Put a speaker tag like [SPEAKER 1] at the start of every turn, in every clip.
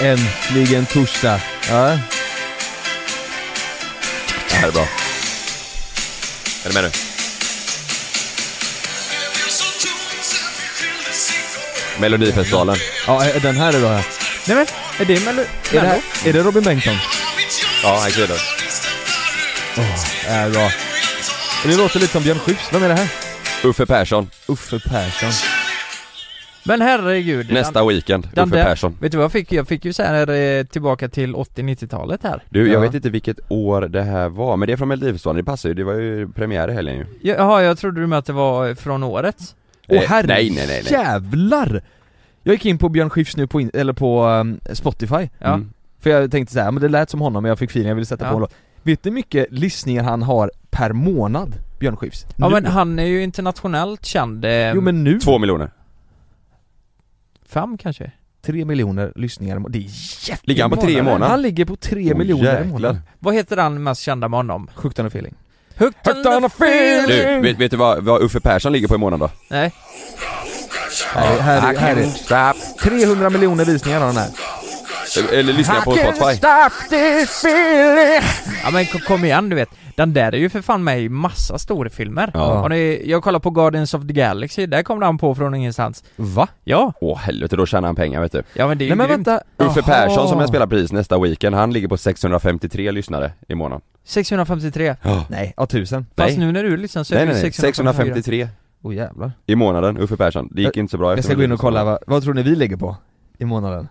[SPEAKER 1] Äntligen torsdag. Ja.
[SPEAKER 2] Det här är bra. Är du med nu? Melodifestivalen.
[SPEAKER 1] ja, eh, den här är bra. ja. Nej men, är det Melo... Är det, här, är det Robin Bengtsson?
[SPEAKER 2] Ja, här kliver den.
[SPEAKER 1] Det är Äh, bra. Det låter lite som Björn Skifs. Vem är det här?
[SPEAKER 2] Uffe Persson.
[SPEAKER 1] Uffe Persson.
[SPEAKER 3] Men herregud.
[SPEAKER 2] Nästa weekend.
[SPEAKER 3] den
[SPEAKER 2] Uffe
[SPEAKER 3] där-
[SPEAKER 2] Persson.
[SPEAKER 3] Vet du vad jag fick? Jag fick ju så här eh, tillbaka till 80-90-talet här.
[SPEAKER 2] Du, jag
[SPEAKER 1] Ja.
[SPEAKER 2] vet inte vilket år det här var, men det är från Melodifestivalen, det passar ju, det var ju premiär i helgen ju.
[SPEAKER 3] Jaha, jag trodde du med att det var eh, från året.
[SPEAKER 1] Åh
[SPEAKER 2] Eh,
[SPEAKER 1] herre
[SPEAKER 2] nej, nej, nej, nej.
[SPEAKER 1] jävlar! Jag gick in på Björn Skifs nu på, in, eller på ehm, Spotify.
[SPEAKER 3] Ja.
[SPEAKER 2] Mm.
[SPEAKER 1] För jag tänkte så här, men det lät som honom men jag fick feeling, jag ville sätta
[SPEAKER 3] Ja.
[SPEAKER 1] på en låt. Vet du hur mycket lyssningar han har per månad? Björn Skifs?
[SPEAKER 3] Ja
[SPEAKER 1] Nu.
[SPEAKER 3] men han är ju internationellt känd. Eh,
[SPEAKER 1] Jo men nu,
[SPEAKER 2] Två miljoner.
[SPEAKER 3] Fem kanske?
[SPEAKER 1] tre miljoner lyssningar i må- Det är jättemycket
[SPEAKER 2] Ligger han på tre i
[SPEAKER 1] månader.
[SPEAKER 2] månaden?
[SPEAKER 1] Han ligger på tre
[SPEAKER 2] Åh,
[SPEAKER 1] miljoner i
[SPEAKER 2] jäklar.
[SPEAKER 1] månaden.
[SPEAKER 3] Vad heter han mest kända med honom?
[SPEAKER 1] Sjukt han har feeling.
[SPEAKER 3] Högt
[SPEAKER 1] Högt on a feeling.
[SPEAKER 2] Du, vet, vet du vad, vad Uffe Persson ligger på i månaden då?
[SPEAKER 3] Nej.
[SPEAKER 1] Här, är- här,
[SPEAKER 2] I
[SPEAKER 1] är- här
[SPEAKER 2] can't
[SPEAKER 1] är
[SPEAKER 2] stop. Eh,
[SPEAKER 1] 300 miljoner visningar har den här.
[SPEAKER 2] Eller lyssna på
[SPEAKER 1] I can't
[SPEAKER 2] Spotify.
[SPEAKER 1] stop this feeling.
[SPEAKER 3] Ja men k- kom igen du vet. Den där är ju för fan med i massa storfilmer.
[SPEAKER 2] Ja.
[SPEAKER 3] Har ni, jag kollar på Guardians of the Galaxy, där kom han på från ingenstans.
[SPEAKER 1] Va?
[SPEAKER 3] Ja,
[SPEAKER 2] Åh helvete, då tjänar han pengar vet du.
[SPEAKER 3] ja men det är ju
[SPEAKER 1] Nej men
[SPEAKER 3] grymt.
[SPEAKER 1] vänta.
[SPEAKER 2] Uffe
[SPEAKER 1] Jaha.
[SPEAKER 2] Persson som jag spelar pris nästa weekend, han ligger på 653 lyssnare i månaden.
[SPEAKER 3] 653.
[SPEAKER 1] Nej, ja tusen.
[SPEAKER 3] Fast
[SPEAKER 2] Nej.
[SPEAKER 3] nu när du lyssnar så är
[SPEAKER 2] Nej
[SPEAKER 3] det
[SPEAKER 2] nej
[SPEAKER 3] ju
[SPEAKER 2] nej,
[SPEAKER 3] 654.
[SPEAKER 2] 653
[SPEAKER 1] Åh jävlar.
[SPEAKER 2] i månaden, Uffe Persson. Det gick inte så bra
[SPEAKER 1] Jag
[SPEAKER 2] efter
[SPEAKER 1] ska gå in och kolla,
[SPEAKER 2] Melodifestivalen.
[SPEAKER 1] vad, vad tror ni vi ligger på? I månaden?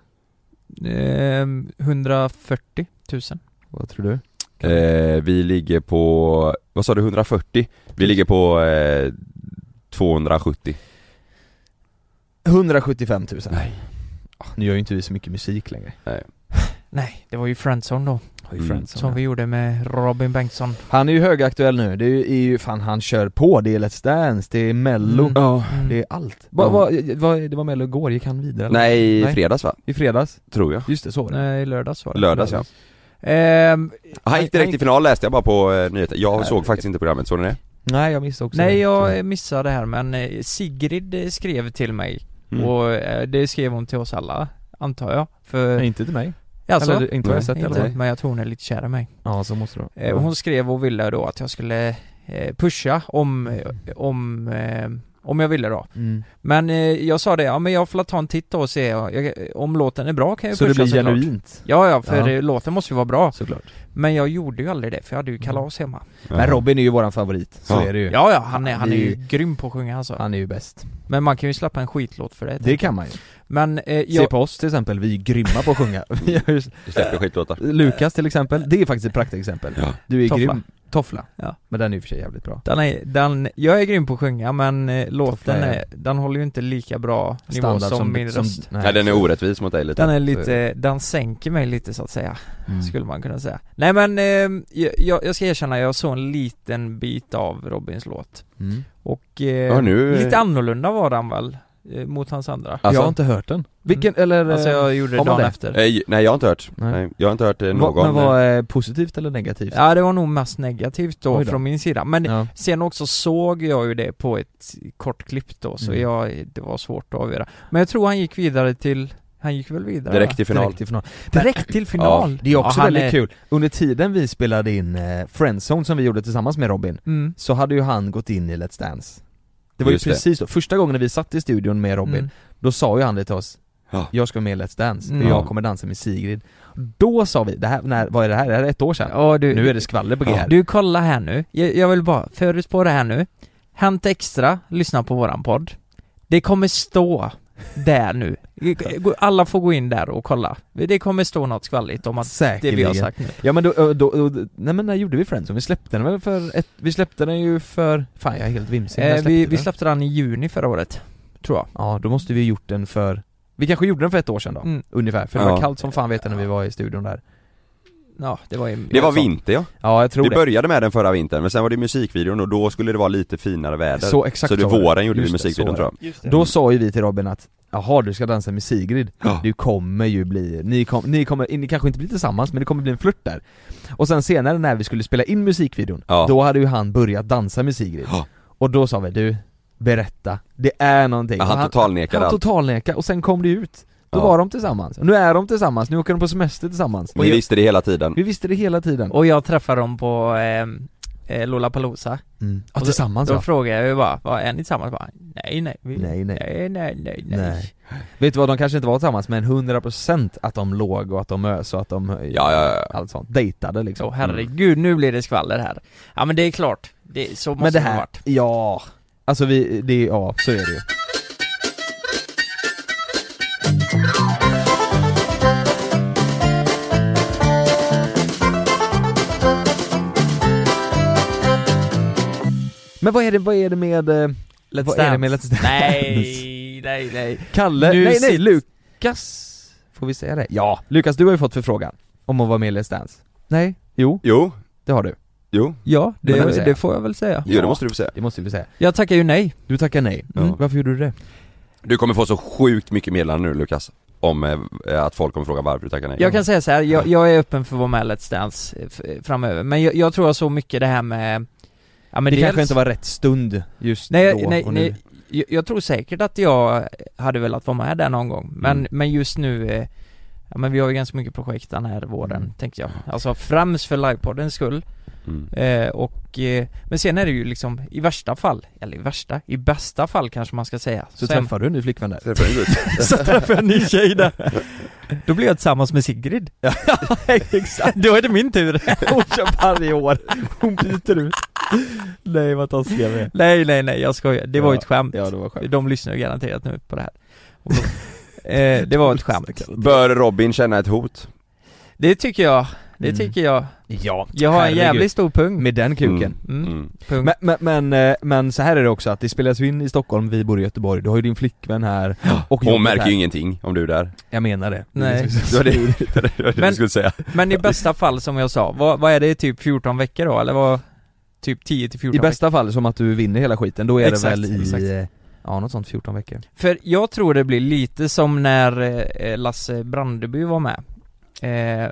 [SPEAKER 3] Ehm, 140 000.
[SPEAKER 1] Vad tror du?
[SPEAKER 2] eh, Vi ligger på, vad sa du, 140? Vi ligger på eh, 270
[SPEAKER 1] 175 000
[SPEAKER 2] Nej.
[SPEAKER 1] Ah, Nu gör ju inte vi så mycket musik längre
[SPEAKER 3] Nej, det var ju Friendzone då,
[SPEAKER 2] Mm.
[SPEAKER 3] som vi gjorde med Robin Bengtsson.
[SPEAKER 1] Mm. Han är ju högaktuell nu, det är ju, är ju fan han kör på, det är Let's Dance, det är mello
[SPEAKER 3] Mm. Ja. Mm.
[SPEAKER 1] Det är allt. Va,
[SPEAKER 2] Ja.
[SPEAKER 1] va, va, det var mello igår, gick han vidare? eller?
[SPEAKER 2] Nej,
[SPEAKER 1] Nej.
[SPEAKER 2] i fredags va?
[SPEAKER 1] I fredags?
[SPEAKER 2] Tror jag
[SPEAKER 1] Just det, så var det.
[SPEAKER 3] Nej, i lördags var det.
[SPEAKER 2] Lördags ja
[SPEAKER 3] Ehm,
[SPEAKER 2] Han gick direkt i final läste jag bara på eh, nyheten, jag såg faktiskt inte programmet, såg ni det?
[SPEAKER 1] Nej jag missade också
[SPEAKER 3] nej,
[SPEAKER 1] det.
[SPEAKER 3] jag missade det här men eh, Sigrid eh, skrev till mig
[SPEAKER 2] Mm.
[SPEAKER 3] och eh, det skrev hon till oss alla, antar jag. För,
[SPEAKER 1] Nej, inte till mig
[SPEAKER 3] alltså,
[SPEAKER 1] Eller, inte vad jag
[SPEAKER 2] Nej,
[SPEAKER 1] sett i alla
[SPEAKER 3] inte,
[SPEAKER 1] fall
[SPEAKER 3] men jag tror hon är lite kär i mig.
[SPEAKER 1] Ja så måste det vara
[SPEAKER 3] Eh, Hon skrev och ville då att jag skulle eh, pusha om, eh, om, eh, om jag ville då.
[SPEAKER 1] mm.
[SPEAKER 3] Men eh, jag sa det, ja men jag får ta en titt då och se jag, om låten är bra kan jag
[SPEAKER 1] Så det
[SPEAKER 3] pusha
[SPEAKER 1] blir
[SPEAKER 3] såklart.
[SPEAKER 1] genuint?
[SPEAKER 3] Ja, ja, för
[SPEAKER 1] Ja.
[SPEAKER 3] eh, låten måste ju vara bra.
[SPEAKER 1] Såklart Mm.
[SPEAKER 3] Men jag gjorde ju aldrig det, för jag hade ju kalas hemma.
[SPEAKER 1] Men Robin är ju våran favorit, så
[SPEAKER 2] Ja.
[SPEAKER 1] är det ju
[SPEAKER 3] Ja, ja, han är, han är
[SPEAKER 1] Det är
[SPEAKER 3] ju
[SPEAKER 1] ju-
[SPEAKER 3] grym på att sjunga alltså.
[SPEAKER 1] Han är ju bäst
[SPEAKER 3] Men man kan ju släppa en skitlåt för det.
[SPEAKER 1] Det kan man ju
[SPEAKER 3] Men eh,
[SPEAKER 1] Se
[SPEAKER 3] jag...
[SPEAKER 1] på oss till exempel, vi är grymma på att sjunga Vi har ju-
[SPEAKER 2] Du släpper skitlåtar
[SPEAKER 1] Lukas till exempel, det är faktiskt ett praktexempel
[SPEAKER 2] Ja.
[SPEAKER 1] Du är
[SPEAKER 3] Toffla.
[SPEAKER 1] grym Toffla,
[SPEAKER 3] Ja.
[SPEAKER 1] men den är ju för sig jävligt bra
[SPEAKER 3] Den är, den, jag är grym på att sjunga men eh, låten
[SPEAKER 1] Toppläge.
[SPEAKER 3] är, den håller ju inte lika bra nivå som, min röst
[SPEAKER 1] nej.
[SPEAKER 2] Nej den är orättvis mot dig lite
[SPEAKER 3] Den är
[SPEAKER 1] så
[SPEAKER 3] lite, den sänker mig lite så att säga,
[SPEAKER 1] eh, Mm.
[SPEAKER 3] skulle man kunna säga Nej men, eh, jag, jag ska erkänna, jag såg en liten bit av Robins låt
[SPEAKER 1] Mm.
[SPEAKER 3] Och
[SPEAKER 2] Ja
[SPEAKER 3] eh,
[SPEAKER 2] nu,
[SPEAKER 3] lite annorlunda var den väl, eh, mot hans andra
[SPEAKER 2] Alltså?
[SPEAKER 1] Jag har inte hört den Vilken, eller?
[SPEAKER 3] Alltså jag gjorde det
[SPEAKER 1] har man
[SPEAKER 3] dagen
[SPEAKER 1] det?
[SPEAKER 3] efter
[SPEAKER 2] nej, nej jag har inte hört,
[SPEAKER 1] Nej.
[SPEAKER 2] nej, jag har inte hört eh,
[SPEAKER 1] eh,
[SPEAKER 2] någon
[SPEAKER 1] vad, men vad är positivt eller negativt?
[SPEAKER 3] Ja det var nog mest negativt då
[SPEAKER 1] Oj då.
[SPEAKER 3] från min sida, men
[SPEAKER 1] Ja.
[SPEAKER 3] Sen också såg jag ju det på ett kort klipp då, så
[SPEAKER 1] Mm.
[SPEAKER 3] jag, det var svårt att avgöra. Men jag tror han gick vidare till, han gick väl vidare?
[SPEAKER 2] Direkt
[SPEAKER 3] va?
[SPEAKER 2] till final
[SPEAKER 1] Direkt i final.
[SPEAKER 3] direkt till final?
[SPEAKER 1] Det är också
[SPEAKER 3] Ja, han
[SPEAKER 1] väldigt
[SPEAKER 3] är-
[SPEAKER 1] kul, under tiden vi spelade in eh, Friendzone som vi gjorde tillsammans med Robin,
[SPEAKER 3] Mm.
[SPEAKER 1] så hade ju han gått in i Let's Dance Det var
[SPEAKER 2] Just
[SPEAKER 1] ju
[SPEAKER 2] det.
[SPEAKER 1] precis då, första gången när vi satt i studion med Robin,
[SPEAKER 3] Mm.
[SPEAKER 1] då sa ju han det till oss
[SPEAKER 2] Ja.
[SPEAKER 1] Jag ska med i Let's Dance,
[SPEAKER 3] Mm.
[SPEAKER 1] och jag kommer dansa med Sigrid Då sa vi, det här, när, vad är det här? Det här är ett år sedan
[SPEAKER 3] Ja, du,
[SPEAKER 1] Nu är det skvaller på G här
[SPEAKER 3] du kolla här nu, jag, jag vill bara förutspå det här nu. Hänt Extra, lyssna på våran podd. Det kommer stå där nu. Alla får gå in där och kolla. Det kommer stå något skvallrigt om att det vi har
[SPEAKER 1] Säkerligen.
[SPEAKER 3] sagt nu.
[SPEAKER 1] Ja men då, då, då, då, nej men när gjorde vi Friendzone? Vi släppte den väl för ett, vi släppte den ju för, fan jag är helt vimsig, när
[SPEAKER 3] Eh, vi,
[SPEAKER 1] vi
[SPEAKER 3] vi släppte den i juni förra året, tror jag.
[SPEAKER 1] Ja då måste vi ha gjort den för, vi kanske gjorde den för ett år sedan då,
[SPEAKER 3] Mm.
[SPEAKER 1] ungefär, för det var
[SPEAKER 2] Ja.
[SPEAKER 1] kallt som fan vet jag när vi var i studion där
[SPEAKER 3] Ja, det var ju...
[SPEAKER 2] Det var
[SPEAKER 1] Alltså,
[SPEAKER 3] så.
[SPEAKER 2] vinter ja,
[SPEAKER 1] Ja jag tror
[SPEAKER 2] vi
[SPEAKER 1] det,
[SPEAKER 2] började med den förra vintern men sen var det musikvideon och då skulle det vara lite finare väder
[SPEAKER 1] så exakt
[SPEAKER 2] Så det
[SPEAKER 1] var det.
[SPEAKER 2] våren gjorde vi
[SPEAKER 1] Just det,
[SPEAKER 2] musikvideon
[SPEAKER 1] så var
[SPEAKER 2] tror jag
[SPEAKER 1] det. Då sa ju vi till Robin att Jaha du ska dansa med Sigrid,
[SPEAKER 2] Ja.
[SPEAKER 1] du kommer ju bli, ni, kom, ni kommer, ni kanske inte blir tillsammans men det kommer bli en flört där Och sen senare när vi skulle spela in musikvideon,
[SPEAKER 2] Ja.
[SPEAKER 1] då hade ju han börjat dansa med Sigrid
[SPEAKER 2] Ja.
[SPEAKER 1] Och då sa vi du, berätta, det är någonting
[SPEAKER 2] Ja,
[SPEAKER 1] Och
[SPEAKER 2] Han totalnekade
[SPEAKER 1] Han
[SPEAKER 2] allt
[SPEAKER 1] totalnekade och sen kom det ut Då
[SPEAKER 2] Ja.
[SPEAKER 1] var de tillsammans, nu är de tillsammans, nu åker de på semester tillsammans
[SPEAKER 2] Vi visste det hela tiden
[SPEAKER 1] Vi visste det hela tiden
[SPEAKER 3] Och jag träffade dem på eh, eh, Lollapalooza
[SPEAKER 1] mm.
[SPEAKER 3] Och
[SPEAKER 1] Ja,
[SPEAKER 3] då-
[SPEAKER 1] tillsammans
[SPEAKER 3] Då
[SPEAKER 1] ja.
[SPEAKER 3] frågade jag ju bara, vad är ni tillsammans? Bara, nej nej, vi,
[SPEAKER 1] Nej, nej.
[SPEAKER 3] nej nej nej
[SPEAKER 1] Nej. Vet du vad, de kanske inte var tillsammans men 100% att de låg och att de ös och att de eh,
[SPEAKER 2] Ja, ja, ja.
[SPEAKER 1] allt sånt, dejtade liksom
[SPEAKER 3] Så herregud, nu blir det skvaller här Ja men det är klart, det, så måste
[SPEAKER 1] Men det
[SPEAKER 3] ha
[SPEAKER 1] här,
[SPEAKER 3] varit
[SPEAKER 1] ja Alltså vi, det, ja så är det ju Men vad är det, vad är det med, eh,
[SPEAKER 3] Let's
[SPEAKER 1] vad är det med Let's Dance?
[SPEAKER 3] Nej, nej nej
[SPEAKER 1] Kalle,
[SPEAKER 3] Nu
[SPEAKER 1] nej nej,
[SPEAKER 3] sit-
[SPEAKER 1] Lukas Får vi säga det? Ja, Lukas du har ju fått förfrågan om att vara med i Let's Dance Nej, jo,
[SPEAKER 2] Jo,
[SPEAKER 1] det har du
[SPEAKER 2] jo,
[SPEAKER 3] Ja,
[SPEAKER 1] det-
[SPEAKER 3] det,
[SPEAKER 1] det
[SPEAKER 3] får jag väl säga
[SPEAKER 2] jo det måste du få säga
[SPEAKER 1] Det måste vi säga
[SPEAKER 3] Jag tackar ju nej
[SPEAKER 1] Du tackar nej, Mm,
[SPEAKER 2] Ja.
[SPEAKER 1] varför gjorde du det?
[SPEAKER 2] Du kommer få så sjukt mycket meddelanden nu Lukas Om eh, att folk kommer fråga varför du tackar nej
[SPEAKER 3] Jag kan säga så här, jag, jag är öppen för att vara med i Let's Dance eh, f- framöver Men jag, jag tror jag såg mycket det här med Ja men
[SPEAKER 1] det
[SPEAKER 3] dels-
[SPEAKER 1] kanske inte var rätt stund just
[SPEAKER 3] Nej,
[SPEAKER 1] då
[SPEAKER 3] nej,
[SPEAKER 1] och nu.
[SPEAKER 3] nej jag, jag tror säkert att jag hade velat vara med där någon gång Men,
[SPEAKER 2] Mm.
[SPEAKER 3] men just nu eh, Ja men vi har ju ganska mycket projekt den här våren,
[SPEAKER 1] Mm.
[SPEAKER 3] tänkte jag Alltså främst för livepoddens skull
[SPEAKER 2] mm.
[SPEAKER 3] eh, och, eh, Men sen är det ju liksom i värsta fall, eller i värsta, i bästa fall kanske man ska säga
[SPEAKER 1] Så
[SPEAKER 3] sen-
[SPEAKER 1] träffar du en ny flickvän där?
[SPEAKER 3] Så träffade jag en ny tjej där Då blev jag tillsammans med Sigrid Ja exakt Då är det min tur
[SPEAKER 1] Hon kör varje år, hon byter ut Nej vad taskiga vi är
[SPEAKER 3] Nej nej nej jag skojar, det var ju ett skämt
[SPEAKER 1] Ja det var skönt
[SPEAKER 3] De lyssnar ju garanterat nu på det här Och då- eh, Det var ett skämt
[SPEAKER 2] Bör Robin känna ett hot?
[SPEAKER 3] Det tycker jag, det
[SPEAKER 1] Mm.
[SPEAKER 3] tycker jag
[SPEAKER 1] Ja,
[SPEAKER 3] Jag har en
[SPEAKER 1] herregud.
[SPEAKER 3] jävligt stor pung
[SPEAKER 1] Med den kuken
[SPEAKER 2] Mm.
[SPEAKER 3] mm.
[SPEAKER 2] Mm.
[SPEAKER 3] Pung.
[SPEAKER 1] Men, men, men, eh, men så här är det också att det spelas ju in i Stockholm, vi bor i Göteborg, du har ju din flickvän här och
[SPEAKER 2] Hon
[SPEAKER 1] jobbet
[SPEAKER 2] märker
[SPEAKER 1] här.
[SPEAKER 2] ju ingenting om du är där
[SPEAKER 1] Jag menar det
[SPEAKER 3] Nej.
[SPEAKER 2] Det var det, det, var det
[SPEAKER 3] Men-
[SPEAKER 2] du skulle säga
[SPEAKER 3] Men i bästa fall som jag sa, vad, vad är det typ 14 veckor då? Eller vad? Typ 10 till 14
[SPEAKER 1] I bästa fall som att du vinner hela skiten, då är
[SPEAKER 3] Exakt,
[SPEAKER 1] det väl i,
[SPEAKER 3] exakt.
[SPEAKER 1] eh, ja något sånt 14 veckor
[SPEAKER 3] För jag tror det blir lite som när eh, Lasse Brandeby var med eh,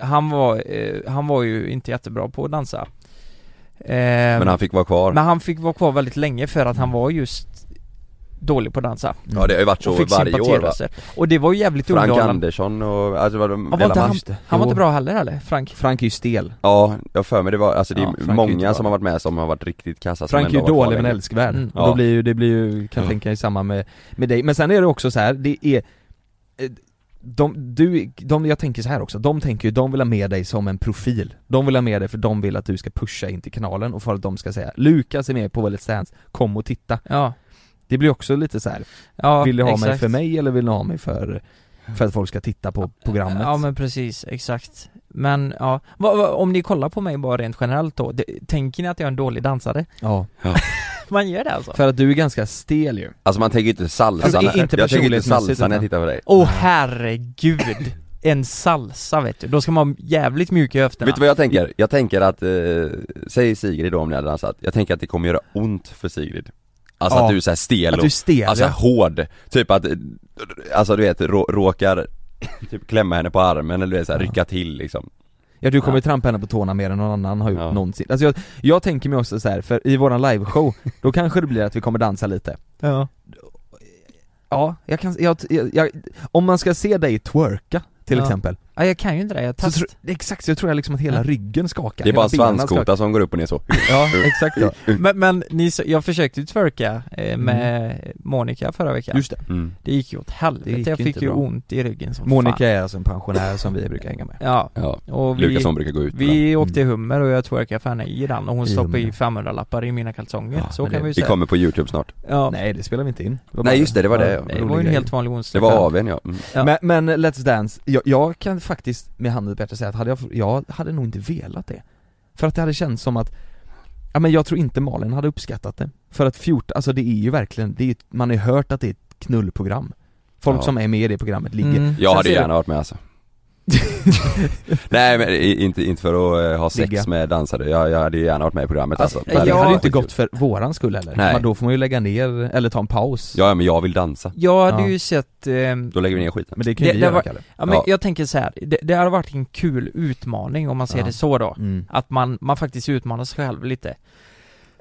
[SPEAKER 3] han, var, eh, han var ju inte jättebra på att dansa eh,
[SPEAKER 1] Ehm,
[SPEAKER 2] Men han fick vara kvar
[SPEAKER 3] men han fick vara kvar väldigt länge för att han var just dålig på att dansa
[SPEAKER 1] Mm.
[SPEAKER 2] Ja det har ju varit så
[SPEAKER 3] och fick
[SPEAKER 2] varje år va?
[SPEAKER 3] sympatiröster Och det var ju jävligt
[SPEAKER 2] Frank
[SPEAKER 3] underhållande
[SPEAKER 2] Andersson och, alltså vad de,
[SPEAKER 3] Ja, var
[SPEAKER 2] hela
[SPEAKER 3] inte
[SPEAKER 2] man-
[SPEAKER 3] han,
[SPEAKER 1] Just det.
[SPEAKER 3] han var
[SPEAKER 1] Jo.
[SPEAKER 3] inte bra heller eller? Frank?
[SPEAKER 1] Frank är ju stel,
[SPEAKER 2] Ja, jag för mig det var, alltså det är
[SPEAKER 1] Ja, Frank är ju inte
[SPEAKER 2] många
[SPEAKER 1] bra.
[SPEAKER 2] som har varit med som har varit riktigt kassa som
[SPEAKER 1] Frank är
[SPEAKER 2] ändå
[SPEAKER 1] ju
[SPEAKER 2] har varit kvar
[SPEAKER 1] dålig men
[SPEAKER 2] länge.
[SPEAKER 1] älskvärd,
[SPEAKER 3] Mm.
[SPEAKER 1] och
[SPEAKER 2] Ja. Mm.
[SPEAKER 1] då blir ju, det blir ju, kan
[SPEAKER 2] Ja.
[SPEAKER 1] jag tänka i samma med, med dig, men sen är det också så här, det är eh, de, du, de, jag tänker så här också, de tänker ju, de vill ha med dig som en profil De vill ha med dig för de vill att du ska pusha in till kanalen och för att de ska säga Lukas är med på Let's Dance, kom och titta
[SPEAKER 3] Ja,
[SPEAKER 1] Det blir också lite så här.
[SPEAKER 3] ja
[SPEAKER 1] vill du ha mig
[SPEAKER 3] exakt.
[SPEAKER 1] för mig eller vill du ha mig för, för att folk ska titta på programmet?
[SPEAKER 3] Ja men precis, exakt Men ja, vad- vad- om ni kollar på mig bara rent generellt då, det, tänker ni att jag är en dålig dansare?
[SPEAKER 1] Ja.
[SPEAKER 3] Man gör det alltså?
[SPEAKER 1] För att du är ganska stel ju
[SPEAKER 2] Alltså man tänker ju inte salsa,
[SPEAKER 1] Alltså, i- inte
[SPEAKER 2] jag tänker inte
[SPEAKER 1] personlighetsmässigt,
[SPEAKER 2] salsa när jag
[SPEAKER 1] utan-
[SPEAKER 2] tittar på dig
[SPEAKER 3] Åh oh, herregud! En salsa vet du, då ska man ha jävligt mjuk i höfterna
[SPEAKER 2] Vet du vad jag tänker? Jag tänker att, eh, säg Sigrid då om ni hade dansat, jag tänker att det kommer göra ont för Sigrid Alltså
[SPEAKER 1] Ja.
[SPEAKER 2] att du är såhär
[SPEAKER 1] Att
[SPEAKER 2] stel och,
[SPEAKER 1] du är stel
[SPEAKER 2] alltså
[SPEAKER 1] ja.
[SPEAKER 2] hård, typ att, eh, alltså du vet, rå, råkar typ klämma henne på armen eller du vet, så här,
[SPEAKER 1] Ja.
[SPEAKER 2] rycka till liksom
[SPEAKER 1] ja, du kommer
[SPEAKER 2] Ja.
[SPEAKER 1] trampa henne på tårna mer än någon annan har gjort
[SPEAKER 2] Ja.
[SPEAKER 1] någonsin Alltså jag, jag tänker mig också så här, för i våran liveshow, då kanske det blir att vi kommer dansa lite
[SPEAKER 3] Ja
[SPEAKER 1] Ja, jag kan, jag, jag, jag, om man ska se dig twerka till
[SPEAKER 3] Ja.
[SPEAKER 1] exempel
[SPEAKER 3] Ja jag kan ju inte det, jag
[SPEAKER 1] så
[SPEAKER 3] test.
[SPEAKER 1] tro, Exakt, så jag tror jag liksom att hela
[SPEAKER 3] Ja.
[SPEAKER 1] ryggen skakar
[SPEAKER 2] Det är bara
[SPEAKER 1] hela benen skakar.
[SPEAKER 2] svanskota som går upp och ner så
[SPEAKER 1] Ja, exakt ja.
[SPEAKER 3] Men, men ni, sa- jag försökte ju twerka eh,
[SPEAKER 1] Mm.
[SPEAKER 3] med Monica förra veckan
[SPEAKER 1] Just det
[SPEAKER 2] mm.
[SPEAKER 3] Det gick ju åt
[SPEAKER 1] Det gick
[SPEAKER 3] helvete, jag
[SPEAKER 1] ju
[SPEAKER 3] fick
[SPEAKER 1] inte
[SPEAKER 3] ju
[SPEAKER 1] bra.
[SPEAKER 3] ont i ryggen som
[SPEAKER 1] Monica
[SPEAKER 3] fan.
[SPEAKER 1] är alltså en pensionär som vi brukar hänga med
[SPEAKER 3] Ja,
[SPEAKER 2] Ja,
[SPEAKER 3] och vi,
[SPEAKER 2] Lukas som brukar gå ut ibland.
[SPEAKER 3] vi åkte i hummer och jag twerkade för henne i den och hon
[SPEAKER 1] I
[SPEAKER 3] stoppade i
[SPEAKER 1] hummer.
[SPEAKER 3] 500 lappar i mina kalsonger,
[SPEAKER 1] Ja,
[SPEAKER 3] så
[SPEAKER 1] men
[SPEAKER 3] kan
[SPEAKER 1] det-
[SPEAKER 3] vi ju
[SPEAKER 2] Vi
[SPEAKER 3] säga
[SPEAKER 2] kommer på youtube snart
[SPEAKER 3] ja.
[SPEAKER 1] Nej det spelar vi inte in Det var
[SPEAKER 2] Nej
[SPEAKER 1] bara-
[SPEAKER 2] just det, det var det ja.
[SPEAKER 1] Ja,
[SPEAKER 3] Det
[SPEAKER 1] rolig
[SPEAKER 3] var ju en
[SPEAKER 1] grej.
[SPEAKER 3] helt vanlig onsdag
[SPEAKER 2] Det var AWn ja, mm.
[SPEAKER 3] Ja.
[SPEAKER 1] Men, men Let's Dance, jag, jag kan faktiskt med handen på hjärtat säga att hade jag, jag hade nog inte velat det För att det hade känts som att, ja men jag tror inte Malin hade uppskattat det För att 14, alltså det är ju verkligen, det är, ett- man har ju hört att det är ett knullprogram Folk
[SPEAKER 2] Ja.
[SPEAKER 1] som är med i det programmet ligger
[SPEAKER 3] Mm.
[SPEAKER 2] Jag
[SPEAKER 1] Sen
[SPEAKER 2] hade
[SPEAKER 1] ser
[SPEAKER 2] gärna varit med alltså Nej men i- inte, inte för att eh, ha sex
[SPEAKER 1] Ligga.
[SPEAKER 2] med dansare, jag, jag hade ju gärna varit med i programmet alltså,
[SPEAKER 1] Alltså,
[SPEAKER 3] jag-
[SPEAKER 1] det
[SPEAKER 2] Verkligen.
[SPEAKER 1] hade ju inte
[SPEAKER 2] Skitkul.
[SPEAKER 1] gått för våran skull heller,
[SPEAKER 2] Nej.
[SPEAKER 1] men då får man ju lägga ner, eller ta en paus
[SPEAKER 2] Ja ja, men jag vill dansa,
[SPEAKER 3] Jag hade
[SPEAKER 1] Ja.
[SPEAKER 3] ju sett, ehm,
[SPEAKER 2] då lägger vi ner skiten
[SPEAKER 1] Men det kan ju
[SPEAKER 3] Det-
[SPEAKER 1] vi
[SPEAKER 3] det
[SPEAKER 1] göra
[SPEAKER 3] var-
[SPEAKER 1] Kalle
[SPEAKER 3] ja men
[SPEAKER 2] Ja.
[SPEAKER 3] jag tänker så här. Det, det hade varit en kul utmaning om man ser
[SPEAKER 1] Ja.
[SPEAKER 3] det så då
[SPEAKER 1] mm.
[SPEAKER 3] Att man, man faktiskt utmanar sig själv lite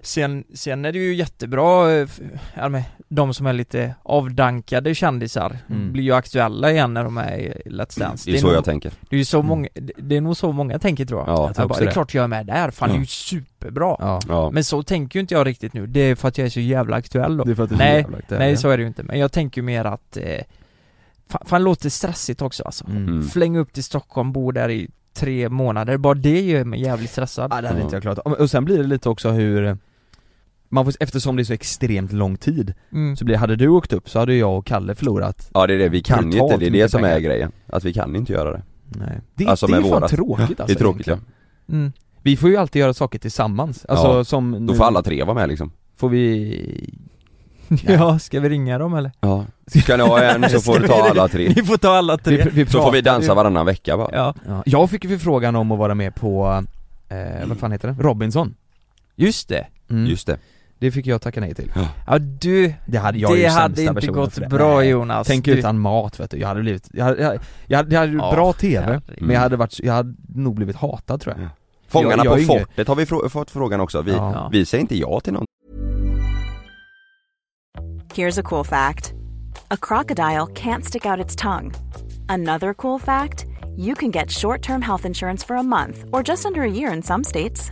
[SPEAKER 3] Sen, sen är det ju jättebra, eh, f- ja, men de som är lite avdankade kändisar
[SPEAKER 1] Mm.
[SPEAKER 3] blir ju aktuella igen när de är i Let's Dance
[SPEAKER 2] Mm. Det är så
[SPEAKER 3] nog,
[SPEAKER 2] jag tänker.
[SPEAKER 3] det är ju så
[SPEAKER 1] Mm.
[SPEAKER 3] många, det- det är nog så många tänker tror jag,
[SPEAKER 2] Ja,
[SPEAKER 3] att
[SPEAKER 1] jag
[SPEAKER 3] jag bara,
[SPEAKER 1] också
[SPEAKER 3] det är
[SPEAKER 1] det.
[SPEAKER 3] klart jag är med där, fan det är
[SPEAKER 2] Ja.
[SPEAKER 3] ju superbra
[SPEAKER 1] Ja.
[SPEAKER 2] Ja.
[SPEAKER 3] Men så tänker ju inte jag riktigt nu, det är för att jag är så jävla aktuell då
[SPEAKER 1] är för att
[SPEAKER 3] Nej,
[SPEAKER 1] jävla
[SPEAKER 3] Nej så är det ju inte, men jag tänker ju mer att eh, fan, fan låter stressigt också alltså
[SPEAKER 1] mm.
[SPEAKER 2] Mm.
[SPEAKER 3] Fläng upp till Stockholm, bo där i tre månader, bara det gör mig jävligt stressad
[SPEAKER 1] Ja, det hade inte jag klarat av. Och sen blir det lite också hur man får, eftersom det är så extremt lång tid,
[SPEAKER 3] mm.
[SPEAKER 1] så blir, hade du åkt upp så hade jag och Kalle förlorat
[SPEAKER 2] ja, det är det, vi kan
[SPEAKER 1] Brutalt
[SPEAKER 2] ju inte, det är det
[SPEAKER 1] mycket
[SPEAKER 2] som
[SPEAKER 1] pengar.
[SPEAKER 2] är grejen. Att vi kan inte göra det.
[SPEAKER 1] Nej. Det,
[SPEAKER 2] Alltså,
[SPEAKER 1] det är
[SPEAKER 2] med
[SPEAKER 1] fan
[SPEAKER 2] våra-
[SPEAKER 1] tråkigt alltså,
[SPEAKER 2] det är tråkigt ja.
[SPEAKER 1] egentligen.
[SPEAKER 3] Mm.
[SPEAKER 1] Vi får ju alltid göra saker tillsammans, alltså
[SPEAKER 2] Ja.
[SPEAKER 1] som nu
[SPEAKER 2] Då får alla tre vara med liksom.
[SPEAKER 1] får vi...
[SPEAKER 3] Ja, ska vi ringa dem eller?
[SPEAKER 2] Ja. Ska ni ha en så får du ta alla tre.
[SPEAKER 3] Ni får ta alla tre
[SPEAKER 1] vi, vi
[SPEAKER 2] Så får vi
[SPEAKER 1] pratar ju-
[SPEAKER 2] dansa varannan vecka bara.
[SPEAKER 3] Ja,
[SPEAKER 1] Ja, jag fick ju förfrågan om att vara med på, eh, vad fan heter det? Robinson
[SPEAKER 3] just det
[SPEAKER 1] mm.
[SPEAKER 2] Just det.
[SPEAKER 1] Det fick jag tacka nej till
[SPEAKER 3] Ja du,
[SPEAKER 1] Det hade jag ju
[SPEAKER 3] det
[SPEAKER 1] sämsta
[SPEAKER 3] hade inte
[SPEAKER 1] personen
[SPEAKER 3] gått
[SPEAKER 1] för det.
[SPEAKER 3] bra
[SPEAKER 1] Nej.
[SPEAKER 3] Jonas
[SPEAKER 1] Tänk
[SPEAKER 3] du,
[SPEAKER 1] utan mat vet du, jag hade blivit, jag hade, jag hade, jag hade, jag hade gjort
[SPEAKER 3] Ja,
[SPEAKER 1] bra TV
[SPEAKER 3] herregud.
[SPEAKER 2] Mm.
[SPEAKER 1] Men jag hade varit, jag hade nog blivit hatad tror jag
[SPEAKER 2] Fångarna
[SPEAKER 1] Jag- jag är
[SPEAKER 2] på
[SPEAKER 1] ingen-
[SPEAKER 2] fortet har vi frå- fått frågan också. Vi,
[SPEAKER 1] Ja.
[SPEAKER 3] Ja.
[SPEAKER 2] vi säger inte ja till någon.
[SPEAKER 4] Here's a cool fact a crocodile can't stick out its tongue. Another cool fact you can get short term health insurance for a month or just under a year in some states.